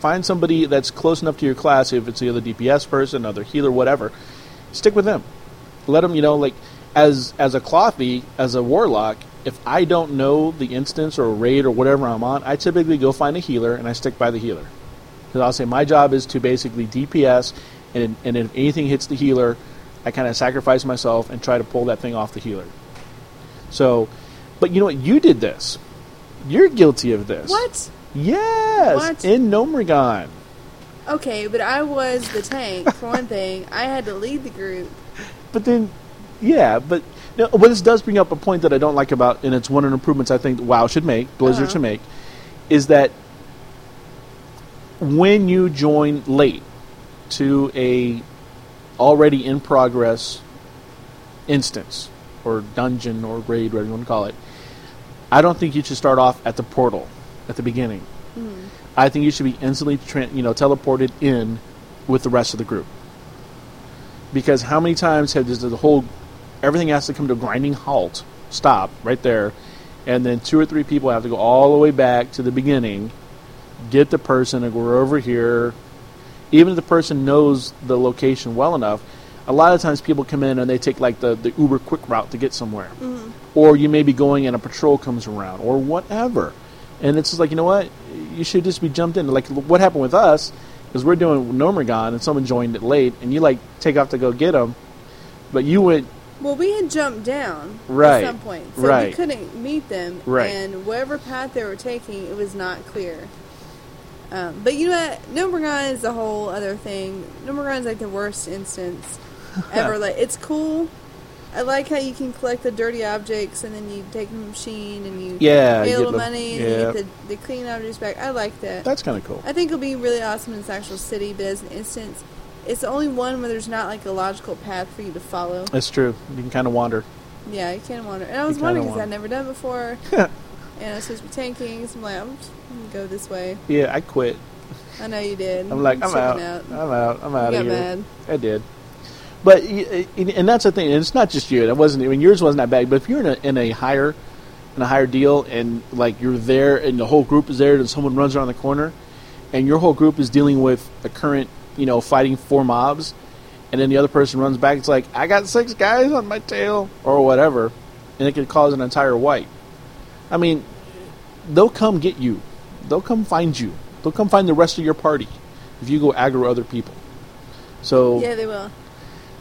Speaker 1: Find somebody that's close enough to your class. If it's the other DPS person, other healer, whatever, stick with them. Let them, you know, like as as a clothy, as a warlock. If I don't know the instance or raid or whatever I'm on, I typically go find a healer and I stick by the healer. Because I'll say my job is to basically DPS, and and if anything hits the healer, I kind of sacrifice myself and try to pull that thing off the healer. So, but you know what? You did this. You're guilty of this.
Speaker 2: What?
Speaker 1: Yes,
Speaker 2: What?
Speaker 1: in Nomragon.
Speaker 2: Okay, but I was the tank for one thing. I had to lead the group.
Speaker 1: But then, yeah, but no, but this does bring up a point that I don't like about, and it's one of the improvements I think WoW should make, Blizzard
Speaker 2: Uh-huh.
Speaker 1: should make, is that when you join late to a already in progress instance or dungeon or raid, whatever you want to call it, I don't think you should start off at the portal at the beginning. I think you should be instantly, tran you know, teleported in with the rest of the group. Because how many times have this the whole everything has to come to a grinding halt, stop right there, and then two or three people have to go all the way back to the beginning, get the person, and we're over here. Even if the person knows the location well enough, a lot of times people come in and they take like the, the Uber quick route to get somewhere. Or you may be going and a patrol comes around or whatever. And it's just like, you know what? You should just be jumped in. Like what happened with us is we're doing Nomergon and someone joined it late and you like take off to go get them. But you went,
Speaker 2: Well, we had jumped down
Speaker 1: Right.
Speaker 2: at some point, so
Speaker 1: Right.
Speaker 2: we couldn't meet them.
Speaker 1: Right.
Speaker 2: And whatever path they were taking, it was not clear. Um, but you know what? Numbergon is a whole other thing. Numbergon is like the worst instance ever. like it's cool. I like how you can collect the dirty objects and then you take them to the machine and you
Speaker 1: Yeah,
Speaker 2: pay
Speaker 1: you
Speaker 2: a little
Speaker 1: get the-
Speaker 2: money and
Speaker 1: yeah.
Speaker 2: you get the, the clean objects back. I like that.
Speaker 1: that's kind of cool.
Speaker 2: I think it'll be really awesome in its actual city, but as an instance, it's the only one where there's not like a logical path for you to follow.
Speaker 1: That's true. You can kind of wander.
Speaker 2: Yeah, you can wander. And I was
Speaker 1: kinda
Speaker 2: wondering because
Speaker 1: wander.
Speaker 2: I'd never done before. and I was supposed to be tanking, so I'm like, I'm just gonna go this way.
Speaker 1: Yeah, I quit.
Speaker 2: I know you did.
Speaker 1: I'm like, I'm
Speaker 2: tripping
Speaker 1: out. I'm out. I'm out
Speaker 2: You
Speaker 1: of
Speaker 2: got
Speaker 1: here.
Speaker 2: mad.
Speaker 1: I did. But y- and and that's the thing. and It's not just you. That wasn't. I mean, yours wasn't that bad. But if you're in a, in a higher, in a higher deal, and like you're there, and the whole group is there, and someone runs around the corner, and your whole group is dealing with a current, you know, fighting four mobs, and then the other person runs back. It's like I got six guys on my tail, or whatever, and it could cause an entire wipe. I mean, they'll come get you. They'll come find you. They'll come find the rest of your party if you go aggro other people. So
Speaker 2: Yeah, they will.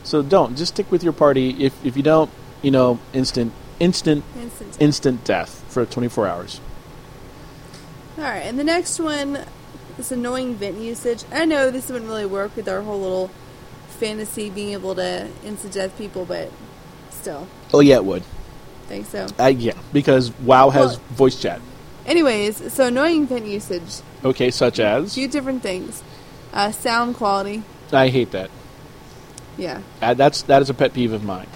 Speaker 1: so don't. Just stick with your party. If if you don't, you know, instant, instant,
Speaker 2: Instant.
Speaker 1: instant death for 24 hours.
Speaker 2: All right, and the next one, this annoying vent usage. I know this wouldn't really work with our whole little fantasy being able to instant death people, but still,
Speaker 1: Oh yeah, it would.
Speaker 2: I think so.
Speaker 1: Uh, yeah, because WoW has
Speaker 2: Well-
Speaker 1: voice chat.
Speaker 2: Anyways, so annoying vent usage.
Speaker 1: Okay, such
Speaker 2: A
Speaker 1: as
Speaker 2: few different things. Uh, sound quality.
Speaker 1: I hate that.
Speaker 2: Yeah.
Speaker 1: Uh, that's that is a pet peeve of mine.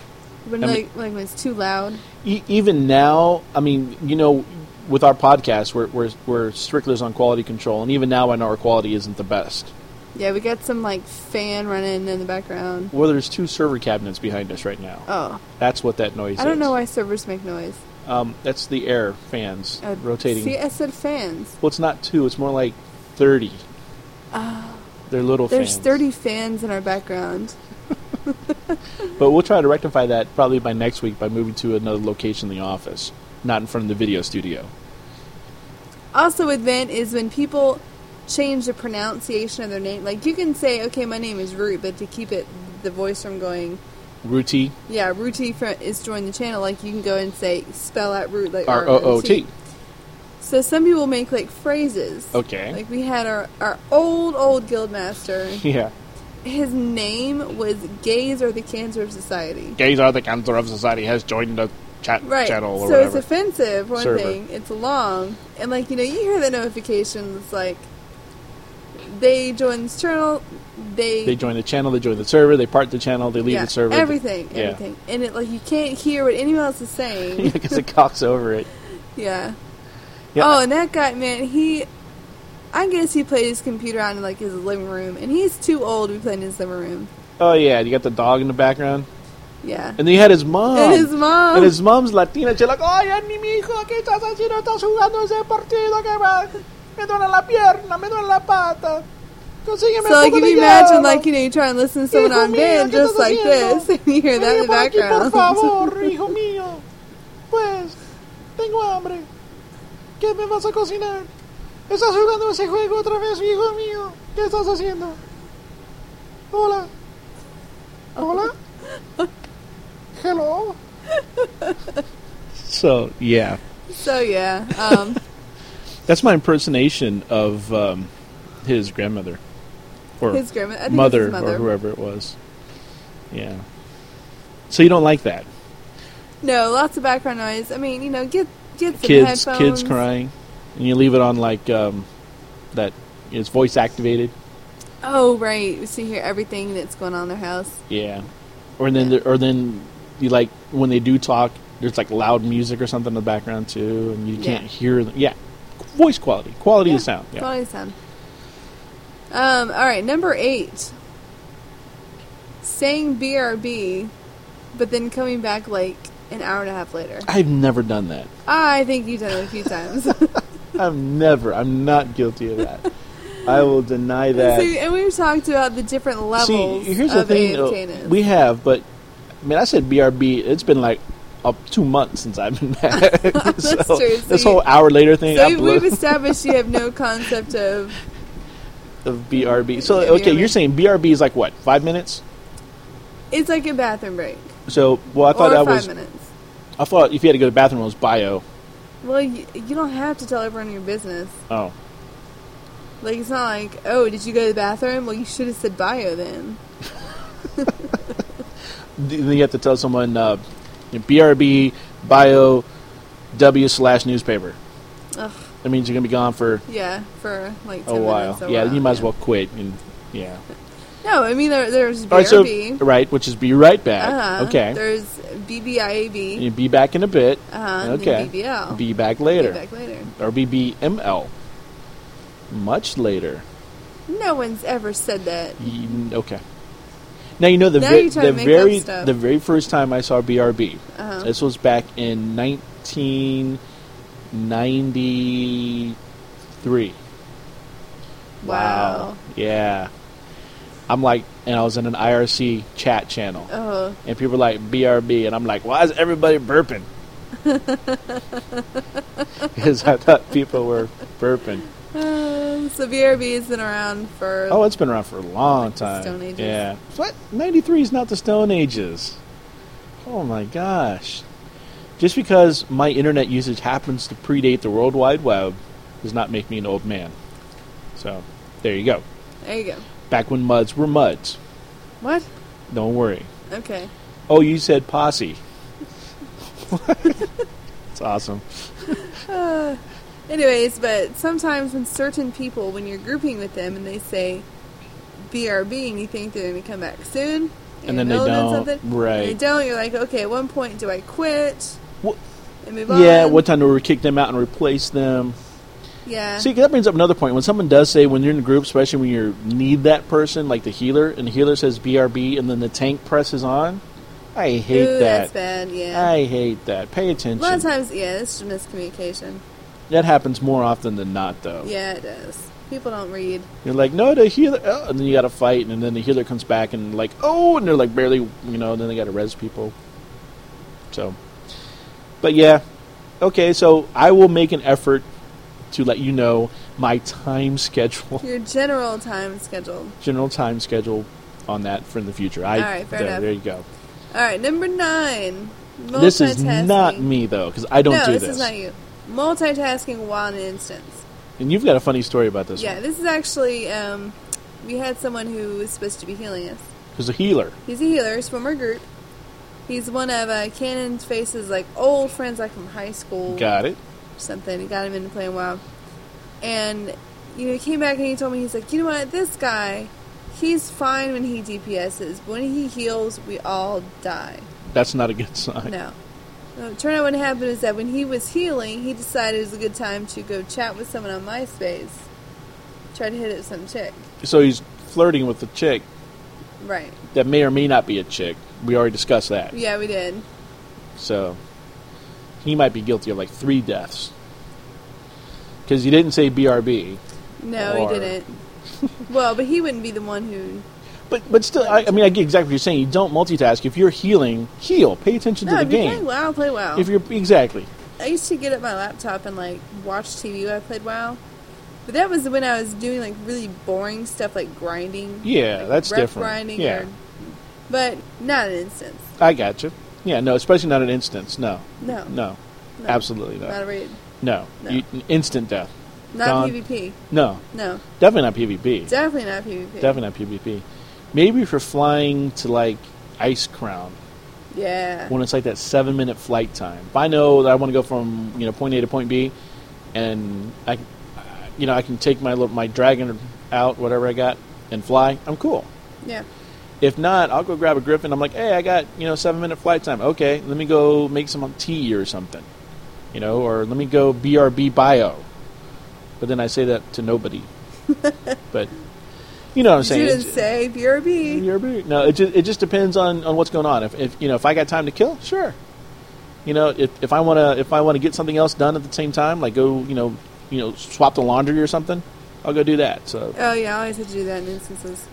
Speaker 2: When
Speaker 1: I mean-
Speaker 2: like, like when it's too loud.
Speaker 1: E- even now, I mean, you know, with our podcast, we're we're we're strictlers on quality control, and even now, I know our quality isn't the best.
Speaker 2: Yeah, we got some like fan running in the background.
Speaker 1: Well, there's two server cabinets behind us right now.
Speaker 2: Oh,
Speaker 1: That's what that noise is.
Speaker 2: I don't know why servers make noise.
Speaker 1: Um, that's the air fans
Speaker 2: Uh,
Speaker 1: rotating.
Speaker 2: See, I said fans.
Speaker 1: Well, it's not two. It's more like thirty. They're little
Speaker 2: Uh, There's
Speaker 1: fans.
Speaker 2: 30 fans in our background.
Speaker 1: But we'll try to rectify that probably by next week by moving to another location in the office, not in front of the video studio.
Speaker 2: Also, with vent is when people change the pronunciation of their name. Like you can say, okay, my name is Root, but to keep it the voice from going,
Speaker 1: Ruti,
Speaker 2: yeah, Rooty fr- is joined the channel. Like you can go and say, spell out Root like
Speaker 1: R O O T.
Speaker 2: So some people make like phrases.
Speaker 1: Okay.
Speaker 2: Like we had our our old old guild master.
Speaker 1: Yeah.
Speaker 2: His name was Gays or the Cancer of Society.
Speaker 1: Gays are the cancer of society has joined the chat
Speaker 2: Right.
Speaker 1: channel or
Speaker 2: so
Speaker 1: whatever.
Speaker 2: it's offensive, one
Speaker 1: Server.
Speaker 2: thing. It's long. And, like, you know, you hear the notifications, like, they join this channel, they.
Speaker 1: they join the channel, they join the server, they part the channel, they leave
Speaker 2: yeah,
Speaker 1: the server.
Speaker 2: Everything,
Speaker 1: Yeah.
Speaker 2: everything. And, it like, you can't hear what anyone else is saying.
Speaker 1: Because it cocks over it.
Speaker 2: yeah.
Speaker 1: Yeah.
Speaker 2: Oh, and that guy, man, he. I guess he played his computer on, in, like, his living room. And he's too old to be playing in his living room.
Speaker 1: Oh, yeah. You got the dog in the background.
Speaker 2: Yeah.
Speaker 1: And then you had his mom.
Speaker 2: And his mom.
Speaker 1: And his mom's Latina. She's like, oye, ni mi hijo, ¿qué estás haciendo? Estás jugando ese partido que va. Me duele la pierna, me duele la pata. Consígueme
Speaker 2: So,
Speaker 1: un
Speaker 2: like,
Speaker 1: poco
Speaker 2: if
Speaker 1: de
Speaker 2: you imagine,
Speaker 1: hielo.
Speaker 2: like, you know, you try and listen to someone
Speaker 1: Hijo
Speaker 2: on
Speaker 1: mío,
Speaker 2: band
Speaker 1: ¿qué
Speaker 2: just
Speaker 1: estás
Speaker 2: like
Speaker 1: haciendo?
Speaker 2: this, and you hear that
Speaker 1: Vení
Speaker 2: in the
Speaker 1: por aquí,
Speaker 2: background.
Speaker 1: Por favor, hijo mío. Pues, tengo hambre. ¿Qué me vas a cocinar? ¿Estás jugando ese juego otra vez, hijo mío? ¿Qué estás haciendo? Hola. Hola. Hello. So, yeah.
Speaker 2: So yeah, um,
Speaker 1: That's my impersonation of um, his grandmother. Or
Speaker 2: his grandma, I think it's
Speaker 1: mother,
Speaker 2: his mother.
Speaker 1: or whoever it was. Yeah. So you don't like that?
Speaker 2: No, lots of background noise. I mean, you know, get get some
Speaker 1: kids,
Speaker 2: headphones.
Speaker 1: kids crying, and you leave it on like um, that. It's voice activated.
Speaker 2: Oh right, so you hear everything that's going on in their house.
Speaker 1: Yeah. Or then, the- or then you like when they do talk. There's like loud music or something in the background too, and you
Speaker 2: Yeah.
Speaker 1: can't hear. Them. Yeah. Voice quality, quality of sound. Yeah.
Speaker 2: Quality of sound. Um. All right, number eight. Saying BRB, but then coming back like an hour and a half later.
Speaker 1: I've never done that.
Speaker 2: I think you've done it a few times.
Speaker 1: I've never. I'm not guilty of that. I will deny that.
Speaker 2: See, and we've talked about the different levels
Speaker 1: See, here's the
Speaker 2: of
Speaker 1: thing.
Speaker 2: AM
Speaker 1: though,
Speaker 2: Canis.
Speaker 1: we have, but I mean, I said BRB. It's been like up two months since I've been back.
Speaker 2: That's
Speaker 1: so
Speaker 2: true. So
Speaker 1: this
Speaker 2: you-
Speaker 1: whole hour later thing,
Speaker 2: so
Speaker 1: I
Speaker 2: we-
Speaker 1: blew
Speaker 2: we've established you have no concept of
Speaker 1: of BRB. So
Speaker 2: Yeah,
Speaker 1: okay,
Speaker 2: BRB.
Speaker 1: you're saying BRB is like what five minutes?
Speaker 2: it's like a bathroom break
Speaker 1: So well, I thought
Speaker 2: or
Speaker 1: that
Speaker 2: five
Speaker 1: was.
Speaker 2: minutes.
Speaker 1: I thought if you had to go to the bathroom, it was bio.
Speaker 2: Well, you, you don't have to tell everyone your business.
Speaker 1: Oh,
Speaker 2: Like it's not like, oh, did you go to the bathroom? Well, you should have said bio then.
Speaker 1: D- then you have to tell someone uh, BRB bio w slash newspaper.
Speaker 2: Ugh,
Speaker 1: That means you're gonna be gone for
Speaker 2: yeah, for like
Speaker 1: a
Speaker 2: 10
Speaker 1: while.
Speaker 2: minutes. a
Speaker 1: yeah,
Speaker 2: while,
Speaker 1: you might as well quit. And yeah.
Speaker 2: No, I mean there, there's BRB.
Speaker 1: All right, so right, which is be right back.
Speaker 2: uh-huh.
Speaker 1: Okay.
Speaker 2: There's BBIAB.
Speaker 1: You be back in a bit.
Speaker 2: Uh-huh.
Speaker 1: okay.
Speaker 2: And then BBL.
Speaker 1: Be back
Speaker 2: Be
Speaker 1: later.
Speaker 2: back later.
Speaker 1: Or be BML. Much later.
Speaker 2: No one's ever said that.
Speaker 1: You- okay. Now you know the
Speaker 2: Now
Speaker 1: ve-
Speaker 2: you're trying
Speaker 1: the
Speaker 2: to make up
Speaker 1: very
Speaker 2: stuff.
Speaker 1: the very first time I saw BRB.
Speaker 2: Uh-huh.
Speaker 1: This was back in 1993.
Speaker 2: Wow.
Speaker 1: Yeah. I'm like, and I was in an IRC chat channel.
Speaker 2: Oh,
Speaker 1: and people are like BRB, and I'm like, why is everybody burping? Because I thought people were burping.
Speaker 2: Um, so BRB has been around for.
Speaker 1: Oh, it's been around for a long
Speaker 2: the
Speaker 1: time.
Speaker 2: Stone Ages.
Speaker 1: Yeah, what? '93 is not the Stone Ages. Oh my gosh! Just because my internet usage happens to predate the World Wide Web does not make me an old man. So, there you go.
Speaker 2: there you go.
Speaker 1: Back when muds were muds.
Speaker 2: What?
Speaker 1: Don't worry.
Speaker 2: Okay.
Speaker 1: Oh, you said posse. It's awesome.
Speaker 2: Uh, anyways, but sometimes when certain people, when you're grouping with them and they say BRB and you think they're going to come back soon,
Speaker 1: And
Speaker 2: you're
Speaker 1: then they
Speaker 2: building
Speaker 1: don't,
Speaker 2: And they
Speaker 1: right.
Speaker 2: don't. You're like, okay, at one point, do I quit
Speaker 1: What-
Speaker 2: and move on?
Speaker 1: Yeah, what time do we kick them out and replace them?
Speaker 2: Yeah.
Speaker 1: See, that brings up another point. When someone does say, when you're in a group, especially when you need that person, like the healer, and the healer says BRB, and then the tank presses on, I hate
Speaker 2: Ooh, that's
Speaker 1: that.
Speaker 2: bad. Yeah.
Speaker 1: I hate that. Pay
Speaker 2: A lot of
Speaker 1: attention.
Speaker 2: times, yeah, it's just miscommunication.
Speaker 1: That happens more often than not, though.
Speaker 2: Yeah, it does. People don't read.
Speaker 1: You're like, no, the healer, oh, and then you got to fight, and then the healer comes back, and like, oh, and they're like barely, you know, and then they got to res people. So, but yeah, okay, so I will make an effort to let you know my time schedule,
Speaker 2: Your general time schedule.
Speaker 1: general time schedule on that for in the future. I,
Speaker 2: All right, fair
Speaker 1: there,
Speaker 2: enough.
Speaker 1: there you go.
Speaker 2: All right, number nine.
Speaker 1: This is
Speaker 2: multitasking.
Speaker 1: not me though, because I don't
Speaker 2: no,
Speaker 1: do
Speaker 2: this,
Speaker 1: this.
Speaker 2: is not you. Multitasking while in an instance.
Speaker 1: And you've got a funny story about this
Speaker 2: Yeah, this is actually um, we had someone who was supposed to be healing us.
Speaker 1: because a healer.
Speaker 2: He's a healer. He's from our group. He's one of uh, Canon Face's like old friends, like from high school.
Speaker 1: Got it.
Speaker 2: something. He got him into playing WoW. And, you know, he came back and he told me, he's like, you know what, this guy, he's fine when he DPSs. But when he heals, we all die.
Speaker 1: That's not a good sign.
Speaker 2: No. No, it turned out what happened is that when he was healing, he decided it was a good time to go chat with someone on MySpace. Try to hit up some chick.
Speaker 1: So he's flirting with a chick
Speaker 2: Right.
Speaker 1: that may or may not be a chick. We already discussed that.
Speaker 2: Yeah, we did.
Speaker 1: So he might be guilty of like three deaths. Because you didn't say BRB.
Speaker 2: No,
Speaker 1: Or-
Speaker 2: he didn't. well, but he wouldn't be the one who.
Speaker 1: But but still, I, I mean, I get exactly what you're saying. You don't multitask. If you're healing, heal. Pay attention
Speaker 2: No,
Speaker 1: to
Speaker 2: if
Speaker 1: the
Speaker 2: you're playing
Speaker 1: game.
Speaker 2: WoW, play WoW.
Speaker 1: If you're exactly,
Speaker 2: I used to get at my laptop and like watch TV when I played WoW. But that was when I was doing like really boring stuff like grinding.
Speaker 1: Yeah,
Speaker 2: Like,
Speaker 1: that's
Speaker 2: rep
Speaker 1: different.
Speaker 2: Grinding
Speaker 1: Yeah.
Speaker 2: Or, but not an instance.
Speaker 1: I got you. Yeah, no, especially not an instance. No,
Speaker 2: No.
Speaker 1: no,
Speaker 2: No.
Speaker 1: absolutely not.
Speaker 2: Not a raid.
Speaker 1: no,
Speaker 2: No.
Speaker 1: You, instant death.
Speaker 2: Not
Speaker 1: Gone.
Speaker 2: PvP.
Speaker 1: No,
Speaker 2: No.
Speaker 1: definitely not PvP.
Speaker 2: Definitely not PvP.
Speaker 1: definitely not PvP. Maybe for flying to like Ice Crown,
Speaker 2: Yeah.
Speaker 1: when it's like that seven minute flight time. If I know that I want to go from you know point A to point B, and I, you know, I can take my little, my dragon out, whatever I got, and fly. I'm cool.
Speaker 2: Yeah.
Speaker 1: If not, I'll go grab a griffin. I'm like, hey, I got you know seven minute flight time. Okay, let me go make some tea or something, you know, or let me go brb bio. But then I say that to nobody. but you know what I'm saying?
Speaker 2: you didn't
Speaker 1: It's- uh,
Speaker 2: say BRB.
Speaker 1: your boot. No, it just, it just depends on, on what's going on. If, if you know if I got time to kill, sure. You know if, if I want to if I want to get something else done at the same time, like go you know you know swap the laundry or something, I'll go do that. So
Speaker 2: Oh yeah, I always have to do that in instances.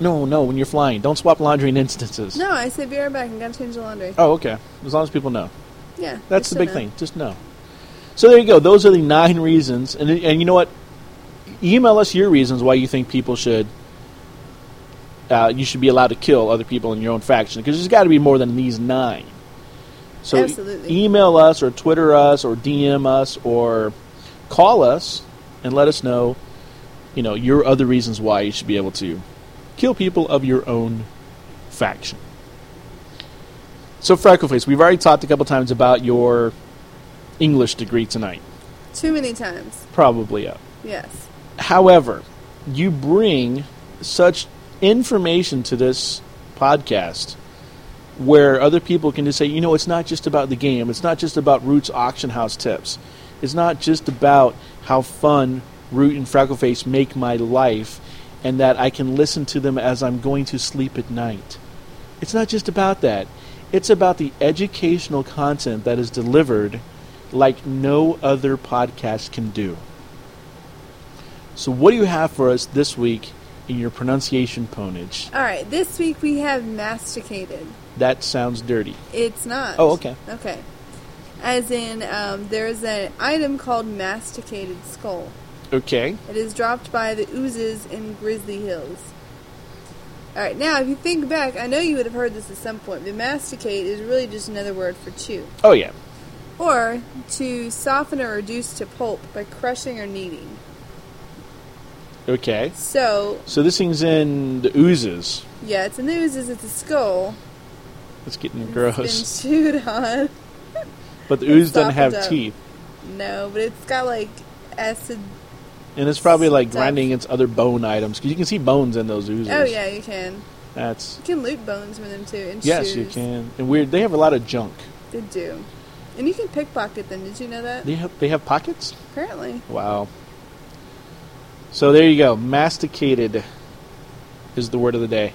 Speaker 1: no, no, when you're flying, don't swap laundry in instances.
Speaker 2: No, I say be right back. I gotta change the laundry.
Speaker 1: Oh, okay. As long as people know.
Speaker 2: Yeah,
Speaker 1: That's
Speaker 2: they
Speaker 1: the big
Speaker 2: should know.
Speaker 1: thing. Just know. So there you go. Those are the nine reasons, and and you know what? Email us your reasons why you think people should. Uh, you should be allowed to kill other people in your own faction because there's got to be more than these nine. So e-
Speaker 2: Absolutely.
Speaker 1: email us or Twitter us or DM us or call us and let us know, you know, your other reasons why you should be able to kill people of your own faction. So Freckleface, we've already talked a couple times about your English degree tonight.
Speaker 2: Too many times.
Speaker 1: Probably uh, up.
Speaker 2: Yes.
Speaker 1: However, you bring such information to this podcast where other people can just say, you know, it's not just about the game. It's not just about Root's auction house tips. It's not just about how fun Root and Freckleface make my life and that I can listen to them as I'm going to sleep at night. It's not just about that. It's about the educational content that is delivered like no other podcast can do. So, what do you have for us this week in your pronunciation ponage?
Speaker 2: All right. This week we have masticated.
Speaker 1: That sounds dirty.
Speaker 2: It's not.
Speaker 1: Oh, okay.
Speaker 2: Okay. As in, um, there's an item called masticated skull.
Speaker 1: Okay.
Speaker 2: It is dropped by the oozes in Grizzly Hills. All right, now if you think back, I know you would have heard this at some point, but masticate is really just another word for chew,
Speaker 1: Oh, yeah.
Speaker 2: or to soften or reduce to pulp by crushing or kneading.
Speaker 1: Okay.
Speaker 2: So,
Speaker 1: So, this thing's in the oozes.
Speaker 2: yeah, it's in the oozes, it's a skull.
Speaker 1: It's getting
Speaker 2: It's
Speaker 1: gross.
Speaker 2: been chewed on.
Speaker 1: But the ooze
Speaker 2: it's
Speaker 1: doesn't have
Speaker 2: softened up.
Speaker 1: teeth.
Speaker 2: No, but it's got like acid.
Speaker 1: And it's probably like
Speaker 2: Stuff.
Speaker 1: grinding its other bone items because you can see bones in those oozes.
Speaker 2: Oh yeah, you can.
Speaker 1: That's.
Speaker 2: You can loot bones from them too, and
Speaker 1: Yes,
Speaker 2: shoes.
Speaker 1: you can. And weird. They have a lot of junk.
Speaker 2: They do, and you can pickpocket them. Did you know that?
Speaker 1: They have they have pockets.
Speaker 2: Apparently.
Speaker 1: Wow. So there you go. Masticated is the word of the day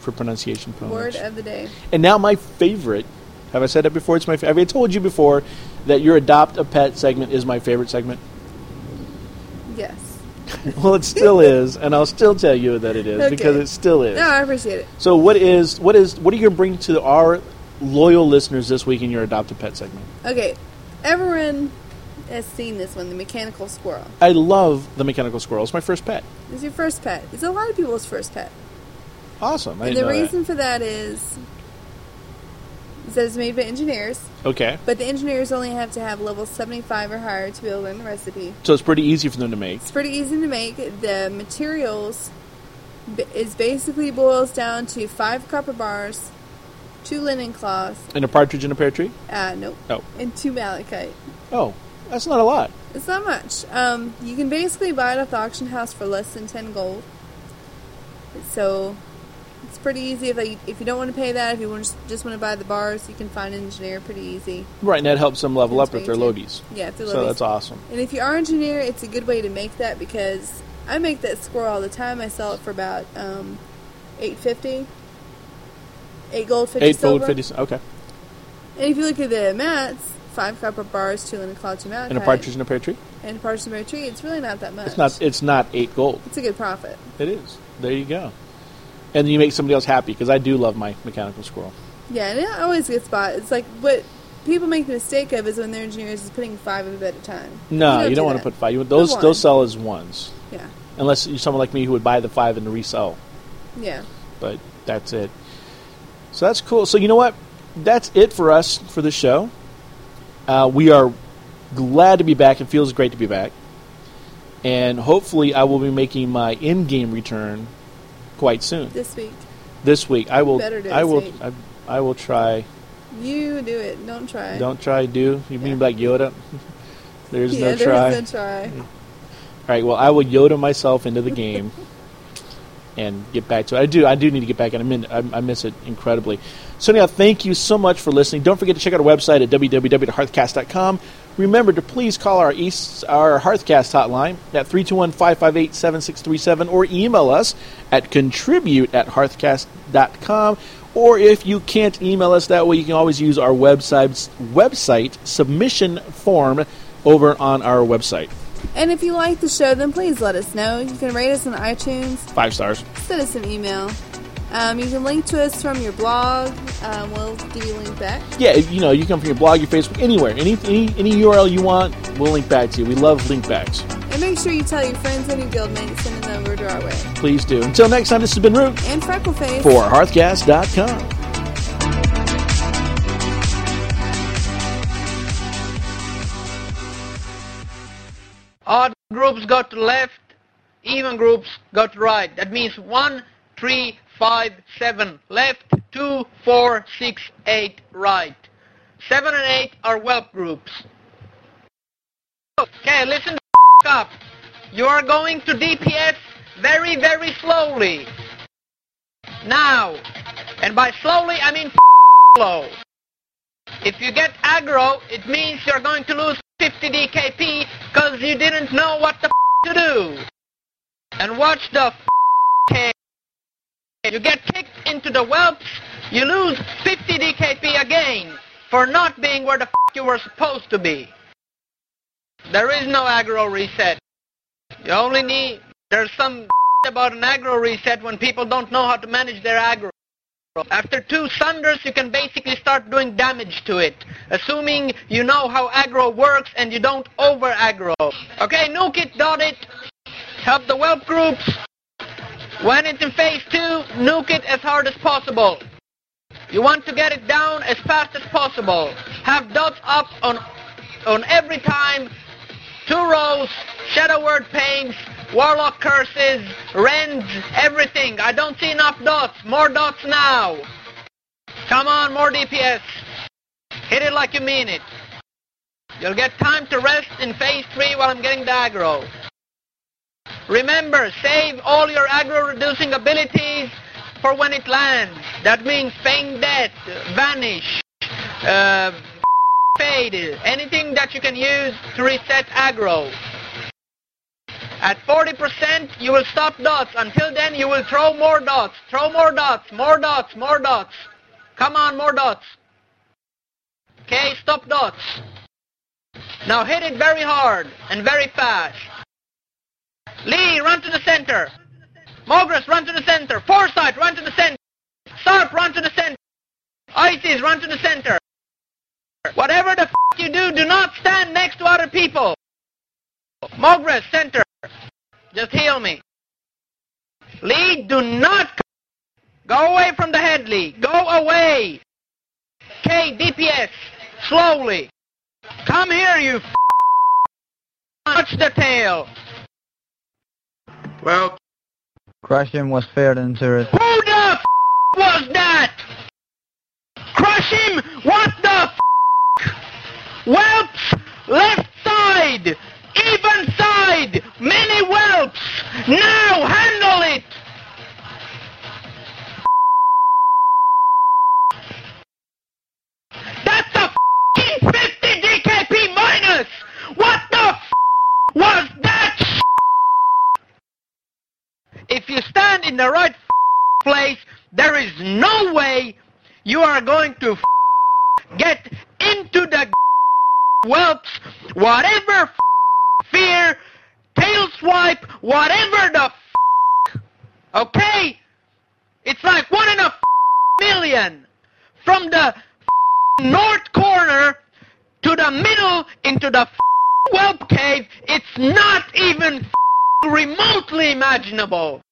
Speaker 1: for pronunciation ponage.
Speaker 2: Word of the day.
Speaker 1: And now my favorite. Have I said that before? It's my. Fa- have I told you before that your adopt a pet segment is my favorite segment?
Speaker 2: Yes.
Speaker 1: well, it still is, and I'll still tell you that it is
Speaker 2: Okay.
Speaker 1: because it still is.
Speaker 2: No, I appreciate it.
Speaker 1: So what is what is what are you going to bring to our loyal listeners this week in your adopt a pet segment?
Speaker 2: Okay, everyone has seen this one, the mechanical squirrel.
Speaker 1: I love the mechanical squirrel. It's my first pet.
Speaker 2: It's your first pet. It's a lot of people's first pet.
Speaker 1: Awesome. I
Speaker 2: and
Speaker 1: didn't
Speaker 2: the
Speaker 1: know that.
Speaker 2: reason for that is it says it's made by engineers,
Speaker 1: Okay.
Speaker 2: but the engineers only have to have level 75 or higher to be able to learn the recipe.
Speaker 1: So it's pretty easy for them to make.
Speaker 2: It's pretty easy to make. The materials b- is basically boils down to five copper bars, two linen cloths,
Speaker 1: And a partridge in a pear tree.
Speaker 2: uh, nope,
Speaker 1: Oh,
Speaker 2: and two malachite.
Speaker 1: oh, that's not a lot.
Speaker 2: It's not much. Um, you can basically buy it at the auction house for less than ten gold. So it's pretty easy if like, if you don't want to pay that. If you want just, just want to buy the bars, you can find an engineer pretty easy.
Speaker 1: Right, and that helps them level up
Speaker 2: That's
Speaker 1: if they're
Speaker 2: very
Speaker 1: lobies.
Speaker 2: Yeah, if they're
Speaker 1: So
Speaker 2: lobies.
Speaker 1: that's awesome.
Speaker 2: And if you are an engineer, it's a good way to make that because I make that squirrel all the time. I sell it for about um, eight fifty. Eight gold, fifty
Speaker 1: Eight fold
Speaker 2: silver.
Speaker 1: fifty. c- Okay.
Speaker 2: And if you look at the mats, five copper bars, two linen cloud, two malachite,
Speaker 1: And a partridge in a pear tree.
Speaker 2: and a partridge in a pear tree. It's really not that much.
Speaker 1: It's not. It's not eight gold.
Speaker 2: It's a good profit.
Speaker 1: It is. There you go. And you make somebody else happy because I do love my mechanical squirrel.
Speaker 2: Yeah, and it always gets bought. It's like what people make the mistake of is when their engineers is putting five of it at a time.
Speaker 1: No, you don't, want to
Speaker 2: do
Speaker 1: put five. You, want- those
Speaker 2: Put one.
Speaker 1: those sell as ones,
Speaker 2: that. Yeah,
Speaker 1: unless you're someone like me who would buy the five and resell.
Speaker 2: yeah.
Speaker 1: But that's it. So that's cool. So you know what? That's it for us for the show. Uh, we are glad to be back. It feels great to be back. And hopefully, I will be making my in-game return quite soon
Speaker 2: This week,
Speaker 1: this week. I will.
Speaker 2: better do it
Speaker 1: I will.
Speaker 2: this
Speaker 1: I, I will try.
Speaker 2: you do it. Don't try.
Speaker 1: Don't try, do. You mean
Speaker 2: Yeah.
Speaker 1: like Yoda? There's
Speaker 2: yeah,
Speaker 1: no try.
Speaker 2: There's no try.
Speaker 1: All right, well, I will Yoda myself into the game and get back to it. I do. I do need to get back in. I'm in, I, I miss it incredibly. So, anyhow, thank you so much for listening. Don't forget to check out our website at www.hearthcast.com. Remember to please call our East, our Hearthcast hotline at 321-558-7637 or email us at contribute at hearthcast.com. Or if you can't email us that way, you can always use our website's website submission form over on our website.
Speaker 2: And if you like the show, then please let us know. You can rate us on iTunes,
Speaker 1: Five stars.
Speaker 2: send us an email. Um, you can link to us from your blog. Um, we'll give you a link back.
Speaker 1: Yeah, you know, you come from your blog, your Facebook, anywhere, any any, any URL you want, we'll link back to you. We love link backs.
Speaker 2: And make sure you tell your friends and your guildmates, send them over to our way.
Speaker 1: Please do. Until next time, this has been Root
Speaker 2: And Freckleface.
Speaker 1: for Hearthcast.com.
Speaker 3: Odd groups go to left, even groups go to right. That means one, three, five, seven left, two, four, six, eight right. 7 and 8 are whelp groups. Okay, listen the up. You are going to DPS very, very slowly. Now. And by slowly, I mean slow. If you get aggro, it means you're going to lose 50 DKP because you didn't know what the f- to do. And watch the f- cave. You get kicked into the whelps, you lose 50 DKP again for not being where the f- you were supposed to be. There is no aggro reset. You only need... There's some about an aggro reset when people don't know how to manage their aggro. After two sunders, you can basically start doing damage to it, assuming you know how aggro works and you don't over aggro. Okay, nuke it, dot it, help the whelp groups. When it's in phase two, nuke it as hard as possible. You want to get it down as fast as possible. Have dots up on on every time. Two rows, shadow word paints, warlock curses, rends, everything. I don't see enough dots. More dots now. Come on, more DPS. Hit it like you mean it. You'll get time to rest in phase 3 while I'm getting the aggro. Remember, save all your aggro reducing abilities for when it lands. That means feign death, vanish, uh, fade, anything that you can use to reset aggro. At 40%, you will stop dots. Until then, you will throw more dots. Throw more dots, more dots, more dots. Come on, more dots. Okay, stop dots. Now hit it very hard and very fast. Lee, run to the center. Mogris, run to the center. Foresight, run to the center. Sarp, run to the center. Isis, run to the center. Whatever the f*** you do, do not stand next to other people. Mogris, center. Just heal me. Lee, do not c- go away from the head, Lee. Go away. K, DPS, slowly. Come here, you f***. Touch the tail. Well,
Speaker 4: Crushing was fair and serious.
Speaker 3: who the f- was that? Crush him! What the f-? Whelps! Left side! Even side! Many whelps! Now handle it! That's a f***ing 50 DKP minus! What the f- was that sh- If you stand in the right f- place, there is no way you are going to f- get into the whelps, whatever f- fear, tail swipe, whatever the f- okay? It's like one in a f- million. From the f- north corner to the middle into the f- whelp cave, it's not even f- remotely imaginable.